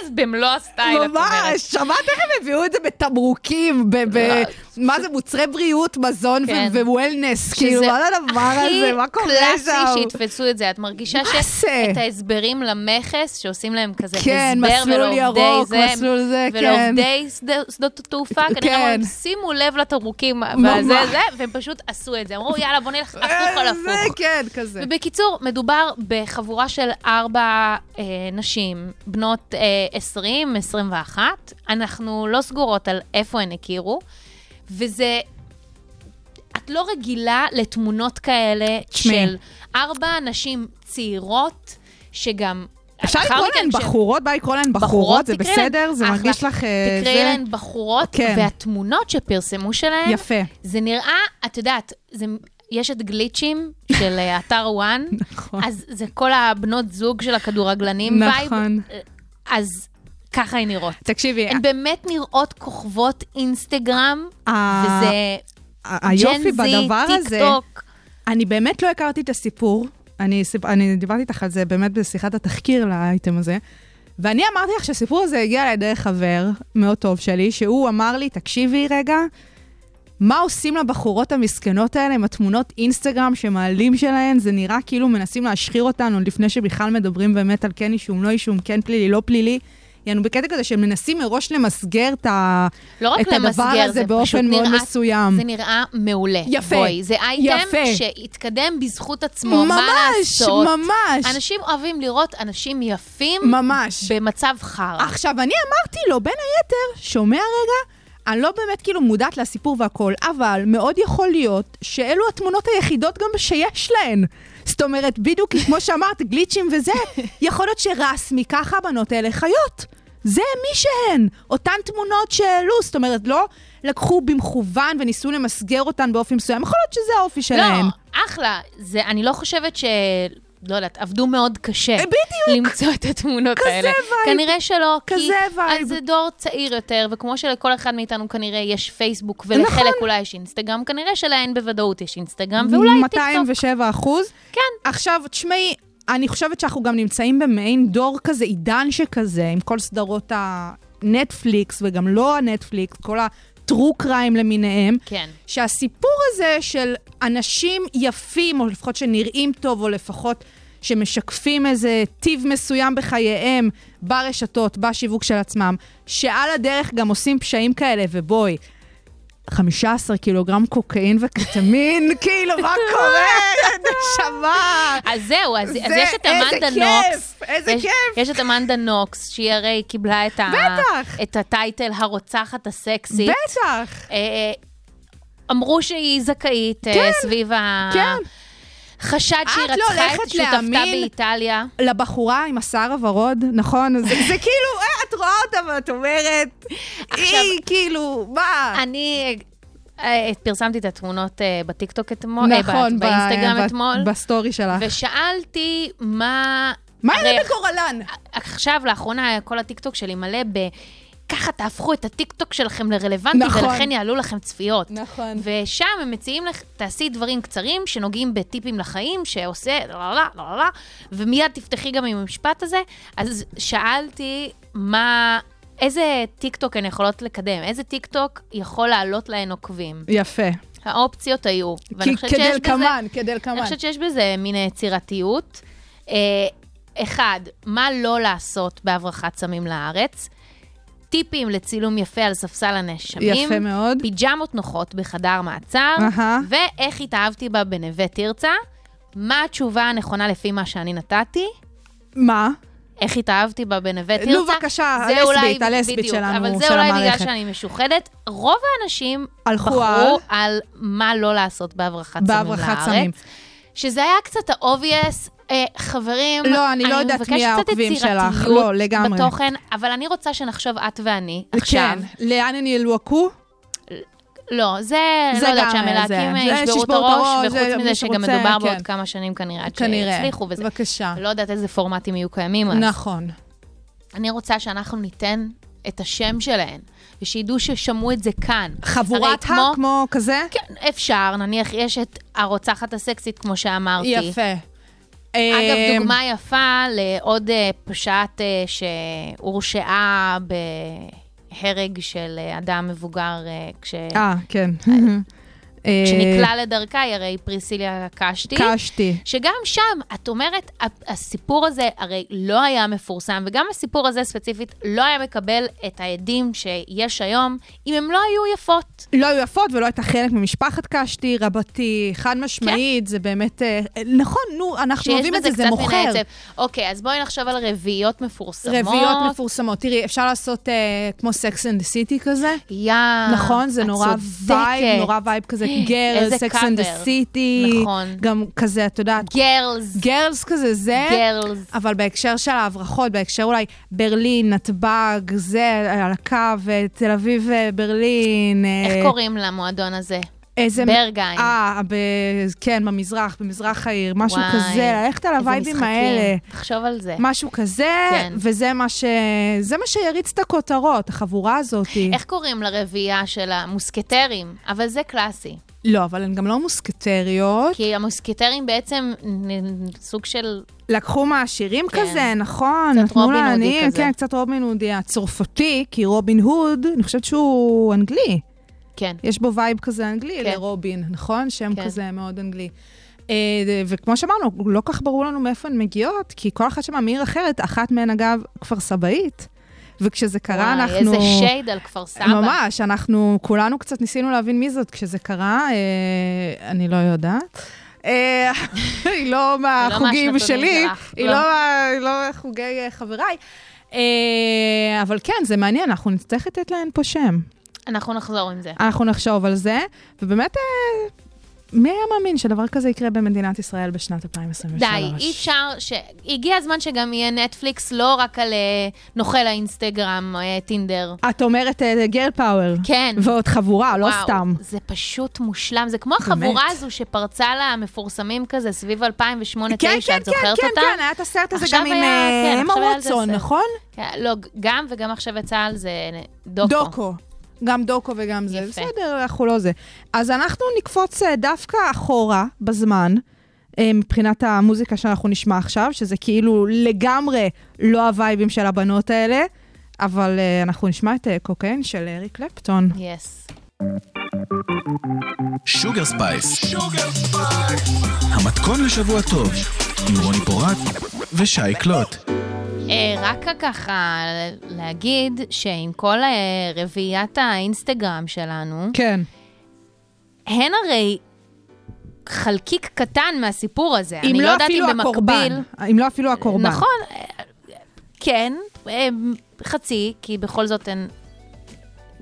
S4: אז במלוא הסטייל, את אומרת. לא,
S5: ממש, שמעת איך הם הביאו את זה בתמרוקים, ב- ב- מה זה, מוצרי בריאות, מזון
S4: כן.
S5: ווולנס, כאילו, מה זה הדבר הזה, מה קורה
S4: הכי
S5: שם?
S4: קלאסי שיתפסו את זה. את מרגישה
S5: מה זה?
S4: שאת ההסברים למכס, שעושים להם כזה
S5: כן,
S4: הסבר
S5: מסלול
S4: ולעובדי
S5: ירוק,
S4: זה,
S5: מסלול זה,
S4: ולעובדי שדה- שדות התעופה, כנראה
S5: כן.
S4: אומרים, שימו לב לתמרוקים,
S5: ממש.
S4: וזה זה, והם פשוט עשו את זה. אמרו, יאללה, בוא נלך הפוך על
S5: זה,
S4: הפוך.
S5: כן, כזה.
S4: ובקיצור, מדובר בחבורה של ארבע אה, נשים, בנות אה, 20, 21. אנחנו לא סגורות על איפה הן הכירו, וזה... את לא רגילה לתמונות כאלה
S5: תשמעי.
S4: של ארבע נשים צעירות, שגם...
S5: אפשר
S4: לאחר
S5: לקרוא
S4: מכן
S5: להן
S4: כשהן-
S5: בחורות, בא לקרוא להן בחורות, זה
S4: תקראי להן,
S5: בסדר? זה
S4: אחלה.
S5: מרגיש לך... אה,
S4: תקראי
S5: זה?
S4: להן בחורות,
S5: כן.
S4: והתמונות שפרסמו שלהן,
S5: יפה.
S4: זה נראה, את יודעת, זה, יש את גליצ'ים של אה, אתר וואן,
S5: *laughs* נכון.
S4: אז זה כל הבנות זוג של הכדורגלנים וייב.
S5: נכון. אה,
S4: אה, אז ככה הן נראות.
S5: תקשיבי,
S4: הן באמת נראות כוכבות אינסטגרם,
S5: ה-
S4: וזה
S5: ה-
S4: ג'ן
S5: היופי
S4: זי,
S5: בדבר הזה,
S4: טיק טוק.
S5: אני באמת לא הכרתי את הסיפור, אני, סיפ- אני דיברתי איתך על זה באמת בשיחת התחקיר לאייטם הזה, ואני אמרתי לך שהסיפור הזה הגיע אליי דרך חבר מאוד טוב שלי, שהוא אמר לי, תקשיבי רגע, מה עושים לבחורות המסכנות האלה עם התמונות אינסטגרם שמעלים שלהן? זה נראה כאילו מנסים להשחיר אותנו עוד לפני שבכלל מדברים באמת על כן אישום, לא אישום, כן פלילי, לא פלילי. יענו בקטע כזה שהם מנסים מראש למסגר את, ה...
S4: לא רק
S5: את הדבר
S4: למסגר,
S5: הזה
S4: זה
S5: באופן
S4: פשוט
S5: מאוד
S4: נראה,
S5: מסוים.
S4: זה נראה מעולה.
S5: יפה,
S4: בואי, זה אייטם
S5: יפה.
S4: שהתקדם בזכות עצמו, מה
S5: ממש,
S4: לעשות?
S5: ממש.
S4: אנשים אוהבים לראות אנשים יפים
S5: ממש.
S4: במצב חרא.
S5: עכשיו, אני אמרתי לו, בין היתר, שומע רגע, אני לא באמת כאילו מודעת לסיפור והכל, אבל מאוד יכול להיות שאלו התמונות היחידות גם שיש להן. זאת אומרת, בדיוק כמו שאמרת, גליצ'ים וזה, יכול להיות שרסמי, ככה הבנות האלה חיות. זה מי שהן, אותן תמונות שהעלו, זאת אומרת, לא לקחו במכוון וניסו למסגר אותן באופן מסוים, יכול להיות שזה האופי שלהן.
S4: לא, אחלה. זה, אני לא חושבת ש... לא יודעת, עבדו מאוד קשה.
S5: אה, בדיוק.
S4: למצוא את התמונות
S5: כזה
S4: האלה.
S5: וייב.
S4: כנראה שלא, כי...
S5: כזה וייב.
S4: אז זה דור צעיר יותר, וכמו שלכל אחד מאיתנו כנראה יש פייסבוק, ולחלק
S5: נכון.
S4: אולי יש אינסטגרם, כנראה שלהן בוודאות יש אינסטגרם, ואולי טיקטוק.
S5: 207 אחוז.
S4: כן.
S5: עכשיו, תשמעי, אני חושבת שאנחנו גם נמצאים במעין דור כזה, עידן שכזה, עם כל סדרות הנטפליקס, וגם לא הנטפליקס, כל הטרו קריים למיניהם.
S4: כן.
S5: שהסיפור הזה של אנשים יפים, או לפחות שנראים טוב, או לפחות שמשקפים איזה טיב מסוים בחייהם ברשתות, בשיווק של עצמם, שעל הדרך גם עושים פשעים כאלה, ובואי, 15 קילוגרם קוקאין
S4: *laughs*
S5: וקטמין, כאילו, מה קורה? נשמה.
S4: אז זהו, אז,
S5: זה-
S4: אז יש את
S5: איזה
S4: אמנדה
S5: כיף,
S4: נוקס.
S5: איזה
S4: יש,
S5: כיף.
S4: יש את אמנדה נוקס, שהיא הרי קיבלה את, ה,
S5: בטח.
S4: את הטייטל הרוצחת הסקסית.
S5: בטח.
S4: אה, אה, אמרו שהיא זכאית אה,
S5: כן,
S4: סביב ה...
S5: כן.
S4: חשד שהיא
S5: את לא
S4: רצחה את
S5: הולכת
S4: שותפתה
S5: להאמין.
S4: באיטליה.
S5: לבחורה עם השיער הוורוד, נכון?
S4: *laughs*
S5: זה, זה כאילו, אה, את רואה אותה ואת אומרת,
S4: עכשיו-
S5: היא כאילו, מה?
S4: אני אה, פרסמתי את התמונות אה, בטיקטוק אתמול, אה,
S5: נכון,
S4: ב-
S5: ב-
S4: באינסטגרם
S5: ב-
S4: אתמול,
S5: בסטורי שלך.
S4: ושאלתי מה...
S5: מה
S4: הרי
S5: יראה בקורלן?
S4: עכשיו, לאחרונה, כל הטיקטוק שלי מלא ב... ככה תהפכו את הטיקטוק שלכם לרלוונטי,
S5: נכון.
S4: ולכן יעלו לכם צפיות.
S5: נכון.
S4: ושם הם מציעים לך, תעשי דברים קצרים שנוגעים בטיפים לחיים, שעושה לא לא לא לא לא, ומיד תפתחי גם עם המשפט הזה. אז שאלתי, מה... איזה טיקטוק הן יכולות לקדם? איזה טיקטוק יכול לעלות להן עוקבים?
S5: יפה.
S4: האופציות היו. ואני
S5: כי-
S4: חושבת שיש בזה-
S5: כדלקמן, כדלקמן.
S4: אני חושבת שיש בזה מין אה, יצירתיות. אה, אחד, מה לא לעשות בהברחת סמים לארץ? טיפים לצילום יפה על ספסל הנאשמים.
S5: יפה מאוד.
S4: פיג'מות נוחות בחדר מעצר.
S5: אהה.
S4: ואיך התאהבתי בה בנווה תרצה. מה התשובה הנכונה לפי מה שאני נתתי?
S5: מה?
S4: איך התאהבתי בה בנווה תרצה.
S5: אה, נו, בבקשה,
S4: זה
S5: הלסבית,
S4: אולי-
S5: הלסבית
S4: בדיוק,
S5: שלנו,
S4: אבל
S5: של
S4: זה אולי בגלל
S5: המערכת.
S4: שאני משוחדת. רוב האנשים
S5: הלכו על?
S4: בחרו על מה לא לעשות בהברחת סמים לארץ.
S5: בהברחת סמים.
S4: שזה היה קצת ה-obvious. אה, חברים,
S5: לא, אני לא יודעת מי העוקבים שלך. לא, לגמרי.
S4: מבקשת קצת יצירתיות בתוכן, אבל אני רוצה שנחשוב את ואני עכשיו.
S5: כן, לאן הן ילוהקו?
S4: לא, זה,
S5: זה
S4: לא יודעת
S5: גם,
S4: שהמלהקים
S5: זה- זה
S4: אה, ישברו את
S5: שישבור את
S4: הראש,
S5: הראש,
S4: וחוץ
S5: זה מי
S4: מזה שגם
S5: שרוצה,
S4: מדובר
S5: כן.
S4: בעוד כמה שנים כנראה, עד
S5: כנראה.
S4: שהצליחו וזה.
S5: בבקשה.
S4: לא יודעת איזה פורמטים יהיו קיימים. אז
S5: נכון.
S4: אני רוצה שאנחנו ניתן את השם שלהן, ושידעו ששמעו את זה כאן. הרי
S5: חבורת ה, כמו כזה?
S4: כן, אפשר, נניח יש את הרוצחת הסקסית, כמו שאמרתי.
S5: יפה.
S4: אוקיי. אגב,
S5: אה,
S4: דוגמה יפה לעוד אה, פושעת אה, שהורשעה בהרג של אה, אדם מבוגר אה, כש...
S5: אה, כן. אה,
S4: כשנקלע לדרכה, היא הרי פריסיליה קשתי.
S5: קשתי.
S4: שגם שם, את אומרת, ה- הסיפור הזה הרי לא היה מפורסם, וגם הסיפור הזה ספציפית לא היה מקבל את העדים שיש היום, אם הם לא היו יפות.
S5: לא היו יפות ולא הייתה חלק ממשפחת קשתי, רבתי, חד משמעית, זה באמת... אה, נכון, נו,
S4: כן.
S5: אנחנו
S4: שיש
S5: אוהבים את
S4: בזה
S5: זה,
S4: קצת
S5: זה
S4: מן
S5: מוכר.
S4: העצב. אוקיי, אז בואי נחשוב על רביעיות מפורסמות.
S5: רביעיות מפורסמות. תראי, אפשר לעשות אה, כמו סקס אנד סיטי כזה.
S4: יא,
S5: נכון, זה
S4: אה, את
S5: נורא
S4: צודקת.
S5: וייב, נורא וייב כזה גרל,
S4: *gasps* איזה
S5: סקס אנד
S4: cover.
S5: סיטי.
S4: נכון.
S5: גם כזה, את יודעת,
S4: גרלס.
S5: גרלס כזה זה.
S4: גרלס.
S5: אבל בהקשר של ההברחות, בהקשר אולי ברלין, נתב"ג, זה, על הקו, אה, תל אביב, אה, ברלין. אה,
S4: איך קוראים למועדון הזה?
S5: איזה...
S4: ברגהיים.
S5: אה, ב... כן, במזרח, במזרח העיר, משהו
S4: וואי,
S5: כזה, ללכת על
S4: איזה
S5: הווייבים
S4: משחקים.
S5: האלה.
S4: תחשוב על זה.
S5: משהו כזה,
S4: כן.
S5: וזה מה, ש... זה מה שיריץ את הכותרות, החבורה הזאת.
S4: איך קוראים לרביעייה של המוסקטרים? אבל זה קלאסי.
S5: לא, אבל הן גם לא מוסקטריות.
S4: כי המוסקטרים בעצם נ- סוג של...
S5: לקחו מהעשירים
S4: כן.
S5: כזה, נכון.
S4: קצת
S5: נתנו
S4: רובין הודי
S5: לעניים,
S4: כזה.
S5: כן, קצת רובין הודי הצרפתי, כי רובין הוד, אני חושבת שהוא אנגלי.
S4: כן.
S5: יש בו וייב כזה אנגלי
S4: כן.
S5: לרובין, נכון? שם
S4: כן.
S5: כזה מאוד אנגלי. אה, וכמו שאמרנו, לא כך ברור לנו מאיפה הן מגיעות, כי כל אחת שם מעיר אחרת, אחת מהן אגב כפר סבאית, וכשזה קרה
S4: וואי,
S5: אנחנו...
S4: איזה שייד על כפר סבא.
S5: ממש, אנחנו כולנו קצת ניסינו להבין מי זאת כשזה קרה, אה, אני לא יודעת. אה, *laughs* היא לא מהחוגים
S4: מהשנתונים
S5: שלי,
S4: שלך,
S5: היא
S4: לא.
S5: לא מה- היא לא מחוגי אה, חבריי. אה, אבל כן, זה מעניין, אנחנו נצטרך לתת להן פה שם.
S4: אנחנו נחזור עם זה.
S5: אנחנו נחשוב על זה, ובאמת, אה, מי היה מאמין שדבר כזה יקרה במדינת ישראל בשנת 2023?
S4: די, אי אפשר ש... הגיע הזמן שגם יהיה נטפליקס לא רק על אה, נוכל האינסטגרם, אה, טינדר.
S5: את אומרת אה, גרל פאוור.
S4: כן.
S5: ועוד חבורה, לא
S4: וואו,
S5: סתם.
S4: זה פשוט מושלם. זה כמו החבורה הזו שפרצה לה המפורסמים כזה סביב 2008-2009,
S5: כן, כן,
S4: את
S5: כן,
S4: זוכרת
S5: כן,
S4: אותה?
S5: כן, היה את הסרט הזה
S4: עכשיו
S5: גם עם
S4: היה-
S5: אה,
S4: כן,
S5: אמה
S4: עכשיו היה על זה
S5: וואטסון,
S4: סרט.
S5: נכון?
S4: כן. לא, גם וגם עכשיו יצא על זה אה, דוקו.
S5: דוקו. גם דוקו וגם זה.
S4: יפה.
S5: בסדר, אנחנו לא זה. אז אנחנו נקפוץ אה, דווקא אחורה בזמן, אה, מבחינת המוזיקה שאנחנו נשמע עכשיו, שזה כאילו לגמרי לא הווייבים של הבנות האלה, אבל אה, אנחנו נשמע את אה, קוקיין של אריק קלפטון.
S4: יס.
S3: שוגר ספייס. המתכון לשבוע טוב, עם רוני פורט ושי קלוט.
S4: אה, רק ככה להגיד שעם כל אה, רביעיית האינסטגרם שלנו,
S5: כן.
S4: הן הרי חלקיק קטן מהסיפור הזה.
S5: אם
S4: אני
S5: לא
S4: יודעת
S5: אפילו
S4: אם במקביל...
S5: הקורבן. אם לא אפילו הקורבן.
S4: נכון, אה, כן, אה, חצי, כי בכל זאת הן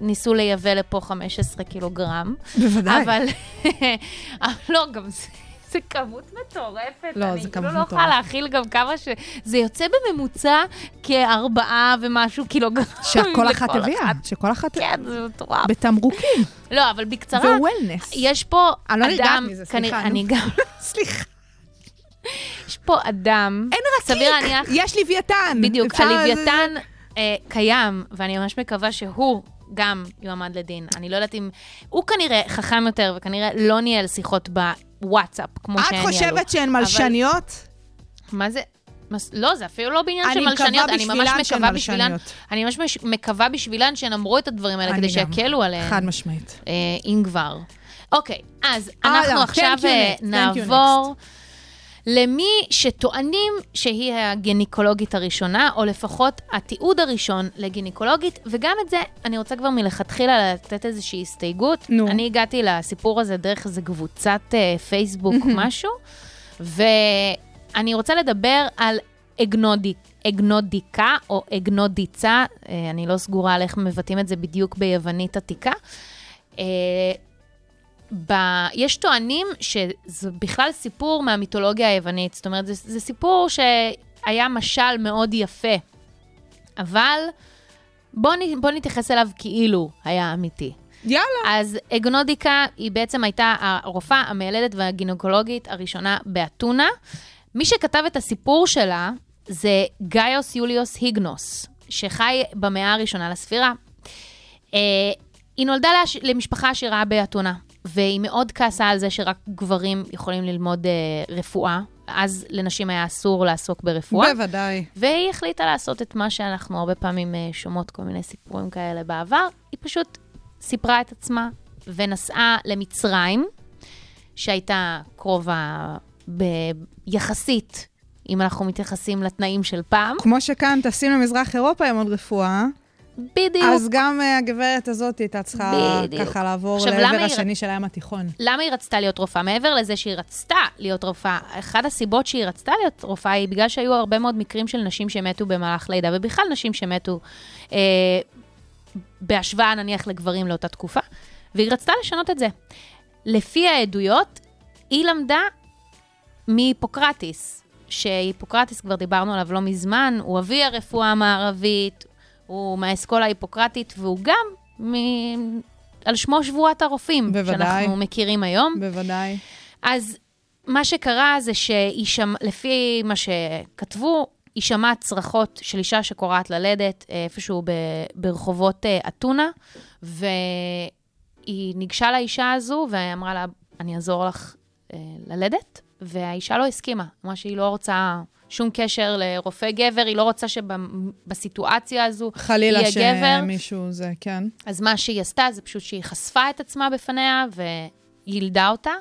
S4: ניסו לייבא לפה 15 קילוגרם.
S5: בוודאי.
S4: אבל *laughs* אבל לא, גם זה... זה כמות מטורפת,
S5: לא,
S4: אני
S5: זה
S4: כאילו
S5: כמות
S4: לא יכולה
S5: מטורפת.
S4: להכיל גם כמה ש... זה יוצא בממוצע כארבעה ומשהו קילוגרם.
S5: *laughs*
S4: *laughs*
S5: שכל אחת
S4: לכל
S5: הביאה. שכל אחת...
S4: כן, זה מטורף. *laughs*
S5: בתמרוקים
S4: לא, אבל בקצרה,
S5: ווולנס.
S4: יש פה
S5: אני לא נרגעת
S4: אדם,
S5: מזה, סליחה,
S4: כנראה-
S5: נו.
S4: אני גם,
S5: *laughs* סליחה.
S4: יש פה אדם,
S5: אין רקיק.
S4: סביר להניח,
S5: יש לוויתן.
S4: בדיוק,
S5: אפשר-
S4: הלוויתן אה, קיים, ואני ממש מקווה שהוא גם יועמד לדין. אני לא יודעת אם... הוא כנראה חכם יותר, וכנראה לא ניהל שיחות בוואטסאפ, כמו שהן
S5: את
S4: ניהלו.
S5: חושבת שהן מלשניות?
S4: מה זה? מס- לא, זה אפילו לא בעניין
S5: אני
S4: של
S5: מקווה
S4: מלשניות, אני ממש
S5: בשבילן שהן
S4: מקווה בשבילן,
S5: מלשניות.
S4: אני ממש מש- מקווה בשבילן שהן אמרו את הדברים האלה,
S5: אני
S4: כדי
S5: גם.
S4: שיקלו עליהן.
S5: חד משמעית.
S4: אה, אם כבר. אוקיי, אז
S5: הלאה,
S4: אנחנו
S5: לא, thank
S4: עכשיו
S5: you
S4: אה,
S5: next, thank you
S4: נעבור למי שטוענים שהיא הגינקולוגית הראשונה, או לפחות התיעוד הראשון לגינקולוגית, וגם את זה אני רוצה כבר מלכתחילה לתת איזושהי הסתייגות.
S5: נו.
S4: אני הגעתי לסיפור הזה דרך איזה קבוצת אה, פייסבוק משהו, ואני רוצה לדבר על אגנודי, אגנודיקה או אגנודיצה, אה, אני לא סגורה על איך מבטאים את זה בדיוק ביוונית עתיקה. אה, ב... יש טוענים שזה בכלל סיפור מהמיתולוגיה היוונית, זאת אומרת, זה, זה סיפור שהיה משל מאוד יפה, אבל בוא, נ... בוא נתייחס אליו כאילו היה אמיתי.
S5: יאללה.
S4: אז אגנודיקה היא בעצם הייתה הרופאה המיילדת והגינקולוגית הראשונה באתונה. מי שכתב את הסיפור שלה זה גאיוס יוליוס היגנוס, שחי במאה הראשונה לספירה. אה, היא נולדה לש... למשפחה עשירה באתונה, והיא מאוד כעסה על זה שרק גברים יכולים ללמוד אה, רפואה. אז לנשים היה אסור לעסוק ברפואה.
S5: בוודאי.
S4: והיא החליטה לעשות את מה שאנחנו הרבה פעמים אה, שומעות כל מיני סיפורים כאלה בעבר. היא פשוט סיפרה את עצמה ונסעה למצרים, שהייתה קרובה ב... יחסית, אם אנחנו מתייחסים לתנאים של פעם.
S5: כמו שכאן טסים למזרח אירופה ללמוד רפואה,
S4: בדיוק.
S5: אז גם אה, הגברת הזאת הייתה צריכה
S4: בדיוק.
S5: ככה לעבור
S4: עכשיו, למה
S5: לעבר
S4: היא-
S5: השני של הים התיכון.
S4: למה היא רצתה להיות רופאה? מעבר לזה שהיא רצתה להיות רופאה, אחת הסיבות שהיא רצתה להיות רופאה היא בגלל שהיו הרבה מאוד מקרים של נשים שמתו במהלך לידה, ובכלל נשים שמתו אה, בהשוואה נניח לגברים לאותה תקופה, והיא רצתה לשנות את זה. לפי העדויות, היא למדה מהיפוקרטיס, שהיפוקרטיס, כבר דיברנו עליו לא מזמן, הוא אבי הרפואה המערבית, הוא מהאסכולה ההיפוקרטית, והוא גם מ... על שמו שבועת הרופאים,
S5: בוודאי.
S4: שאנחנו מכירים היום.
S5: בוודאי.
S4: אז מה שקרה זה שהיא שמ... לפי מה שכתבו, היא שמעה צרחות של אישה שקורעת ללדת אה, איפשהו ב... ברחובות אה, אתונה, והיא ניגשה לאישה הזו ואמרה לה, אני אעזור לך אה, ללדת, והאישה לא הסכימה, אמרה שהיא לא רוצה שום קשר לרופא גבר, היא לא רוצה שבסיטואציה הזו
S5: חלילה
S4: יהיה גבר.
S5: שמישהו זה, כן.
S4: אז מה שהיא עשתה זה פשוט שהיא חשפה את עצמה בפניה וילדה אותה,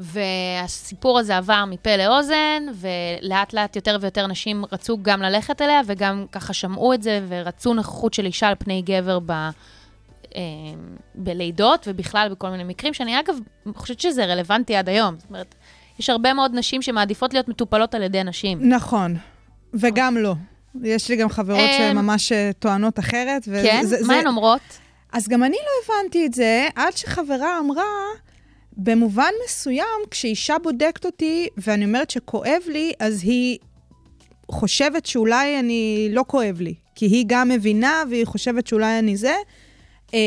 S4: והסיפור הזה עבר מפה לאוזן, ולאט לאט יותר ויותר נשים רצו גם ללכת אליה, וגם ככה שמעו את זה, ורצו נוכחות של אישה על פני גבר ב... אה, בלידות ובכלל בכל מיני מקרים, שאני אגב חושבת שזה רלוונטי עד היום. זאת אומרת, יש הרבה מאוד נשים שמעדיפות להיות מטופלות על ידי נשים.
S5: נכון, וגם לא. יש לי גם חברות
S4: אמ,
S5: שממש אה, טוענות אחרת. וזה-
S4: כן?
S5: זה-
S4: מה
S5: זה-
S4: הן אומרות?
S5: אז גם אני לא הבנתי את זה, עד שחברה אמרה, במובן מסוים, כשאישה בודקת אותי, ואני אומרת שכואב לי, אז היא חושבת שאולי אני לא כואב לי. כי היא גם מבינה, והיא חושבת שאולי אני זה. אה,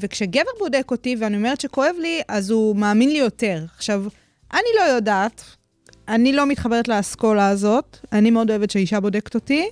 S5: וכשגבר בודק אותי ואני אומרת שכואב לי, אז הוא מאמין לי יותר. עכשיו, אני לא יודעת, אני לא מתחברת לאסכולה הזאת, אני מאוד אוהבת שאישה בודקת אותי,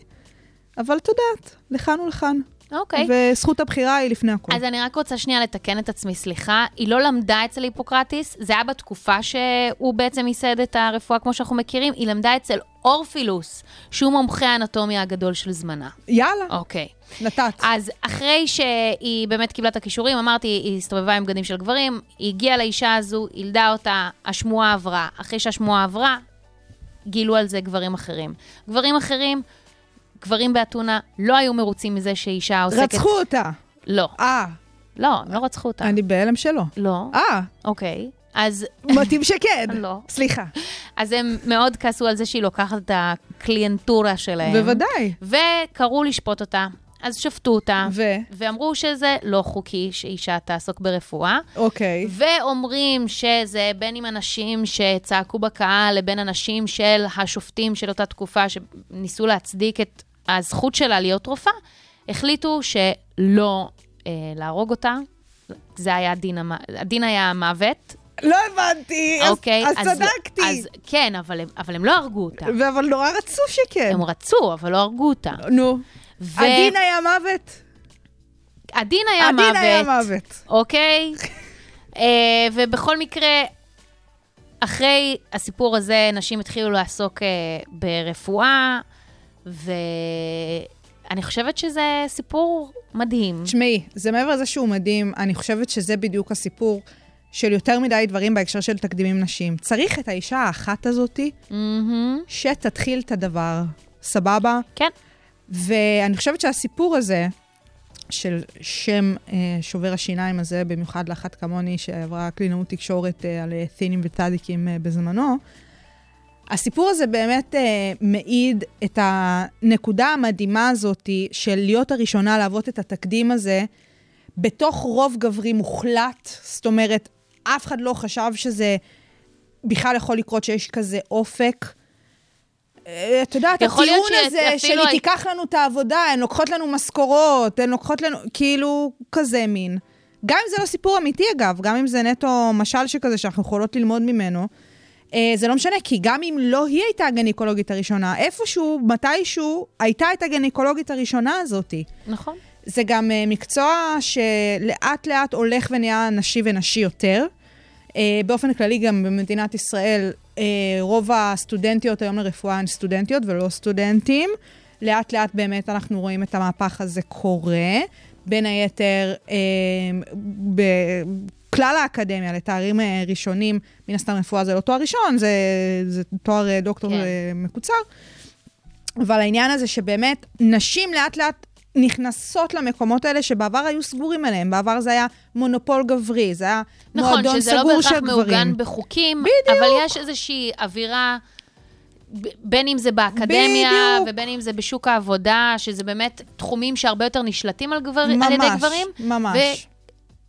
S5: אבל את יודעת, לכאן ולכאן.
S4: אוקיי.
S5: וזכות הבחירה היא לפני הכול.
S4: אז אני רק רוצה שנייה לתקן את עצמי, סליחה. היא לא למדה אצל היפוקרטיס, זה היה בתקופה שהוא בעצם ייסד את הרפואה כמו שאנחנו מכירים, היא למדה אצל אורפילוס, שהוא מומחה האנטומיה הגדול של זמנה.
S5: יאללה,
S4: אוקיי.
S5: נתת.
S4: אז אחרי שהיא באמת קיבלה את הכישורים, אמרתי, היא הסתובבה עם בגדים של גברים, היא הגיעה לאישה הזו, ילדה אותה, השמועה עברה. אחרי שהשמועה עברה, גילו על זה גברים אחרים. גברים אחרים, גברים באתונה, לא היו מרוצים מזה שאישה עוסקת...
S5: רצחו אותה.
S4: לא.
S5: אה,
S4: לא, הם לא רצחו אותה.
S5: אני בהלם שלא.
S4: לא.
S5: אה,
S4: אוקיי. אז,
S5: מתאים שכן.
S4: *laughs* לא.
S5: סליחה.
S4: אז הם מאוד כעסו על זה שהיא לוקחת את הקליינטורה שלהם.
S5: בוודאי.
S4: וקראו לשפוט אותה. אז שפטו אותה.
S5: ו?
S4: ואמרו שזה לא חוקי שאישה תעסוק ברפואה.
S5: אוקיי.
S4: ואומרים שזה בין אם אנשים שצעקו בקהל לבין אנשים של השופטים של אותה תקופה שניסו להצדיק את הזכות שלה להיות רופאה, החליטו שלא אה, להרוג אותה. זה היה הדין, המ... הדין היה המוות,
S5: לא הבנתי, אז-
S4: אוקיי?
S5: אז צדקתי.
S4: אז כן, אבל הם, אבל הם לא הרגו אותה.
S5: ו- אבל נורא רצו שכן.
S4: הם רצו, אבל לא הרגו אותה.
S5: נו.
S4: ו-
S5: הדין היה מוות.
S4: הדין היה מוות.
S5: הדין היה מוות. *laughs*
S4: אוקיי? אה, ובכל מקרה, אחרי הסיפור הזה, נשים התחילו לעסוק אה, ברפואה, ואני חושבת שזה סיפור מדהים.
S5: תשמעי, זה מעבר לזה שהוא מדהים, אני חושבת שזה בדיוק הסיפור של יותר מדי דברים בהקשר של תקדימים נשים. צריך את האישה האחת הזאתי,
S4: מהמם.
S5: שתתחיל את הדבר, סבבה?
S4: כן,
S5: ואני חושבת שהסיפור הזה, של שם אה, שובר השיניים הזה, במיוחד לאחת כמוני שעברה קלינאות תקשורת אה, על אה, סינים וצדיקים אה, בזמנו, הסיפור הזה באמת אה, מעיד את הנקודה המדהימה הזאת של להיות הראשונה להוות את התקדים הזה בתוך רוב גברי מוחלט. זאת אומרת, אף אחד לא חשב שזה בכלל יכול לקרות שיש כזה אופק. אה, את יודעת,
S4: יכול להיות
S5: הטיעון הזה
S4: שאפילו
S5: של היא
S4: הי-
S5: תיקח לנו את העבודה, הן לוקחות לנו משכורות, הן לוקחות לנו, כאילו, כזה מין. גם אם זה לא סיפור אמיתי, אגב, גם אם זה נטו משל שכזה שאנחנו יכולות ללמוד ממנו, אה, זה לא משנה, כי גם אם לא היא הייתה הגניקולוגית הראשונה, איפשהו, מתישהו, הייתה את הגניקולוגית הראשונה הזאתי.
S4: נכון.
S5: זה גם אה, מקצוע שלאט לאט הולך ונהיה נשי ונשי יותר. אה, באופן כללי, גם במדינת ישראל, אה, רוב הסטודנטיות היום לרפואה הן סטודנטיות ולא סטודנטים. לאט לאט באמת אנחנו רואים את המהפך הזה קורה, בין היתר אה, בכלל האקדמיה, לתארים אה, ראשונים, מן הסתם רפואה זה לא תואר ראשון, זה, זה תואר אה, דוקטור
S4: כן.
S5: כן. מקוצר. אבל העניין הזה שבאמת נשים לאט לאט נכנסות למקומות האלה שבעבר היו סגורים אליהם, בעבר זה היה מונופול גברי, זה היה
S4: נכון,
S5: מועדון
S4: שזה לא
S5: סגור של
S4: בהכרח
S5: גברים.
S4: מעוגן בחוקים,
S5: בדיוק.
S4: אבל יש איזושהי אווירה, ב- בין אם זה באקדמיה,
S5: בדיוק.
S4: ובין אם זה בשוק העבודה, שזה באמת תחומים שהרבה יותר נשלטים על, גבר, על ידי
S5: ממש,
S4: גברים.
S5: ממש.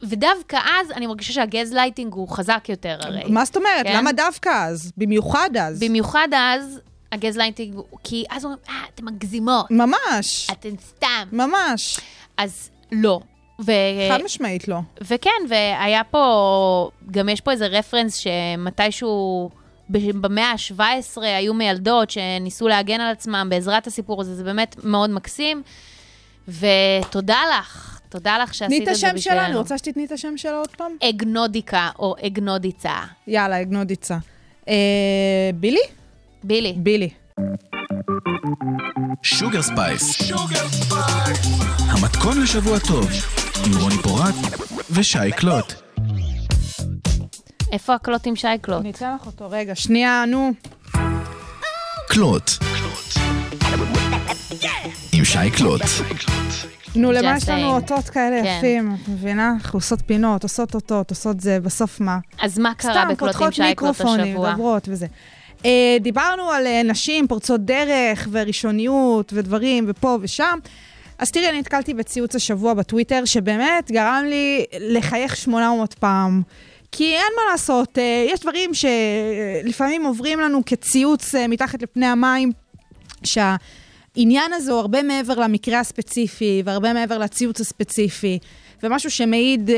S4: ודווקא אז אני מרגישה שהגז לייטינג הוא חזק יותר הרי.
S5: מה זאת אומרת?
S4: כן?
S5: למה דווקא אז? במיוחד אז.
S4: במיוחד אז, הגז לייטינג, הוא- כי אז אומרים, אה, אתן מגזימות,
S5: ממש,
S4: אתן סתם.
S5: ממש.
S4: אז לא. ו-
S5: חד משמעית לא.
S4: וכן, והיה פה, גם יש פה איזה רפרנס שמתישהו ב- במאה ה-17 היו מיילדות שניסו להגן על עצמם בעזרת הסיפור הזה, זה באמת מאוד מקסים. ותודה לך, תודה לך
S5: תני
S4: שעשית
S5: את
S4: את זה
S5: השם שלה, אני
S4: בשבילנו.
S5: רוצה שתתני את השם שלה עוד פעם?
S4: אגנודיקה או אגנודיצה.
S5: יאללה, אגנודיצה. אה, בילי?
S4: בילי,
S5: בילי.
S3: שוגר ספייס. המתכון לשבוע טוב, עם רוני פורט ושי קלוט.
S4: איפה הקלוט עם שייקלוט?
S5: אני אתן לך אותו רגע. שנייה, נו.
S3: קלוט. עם שי קלוט.
S5: נו,
S4: Just
S5: למה יש לנו
S4: saying.
S5: אותות כאלה
S4: כן.
S5: יפים? את מבינה? אנחנו עושות פינות, עושות אותות, עושות זה, בסוף מה?
S4: אז מה קרה
S5: סתם,
S4: בקלוט עם
S5: פותחות
S4: שייקלוט
S5: מיקרופונים,
S4: השבוע?
S5: מדברות וזה. אה, דיברנו על אה, נשים פורצות דרך וראשוניות ודברים ופה ושם. אז תראי, אני נתקלתי בציוץ השבוע בטוויטר, שבאמת גרם לי לחייך 800 פעם. כי אין מה לעשות, אה, יש דברים שלפעמים עוברים לנו כציוץ אה, מתחת לפני המים, שהעניין הזה הוא הרבה מעבר למקרה הספציפי והרבה מעבר לציוץ הספציפי, ומשהו שמעיד אה,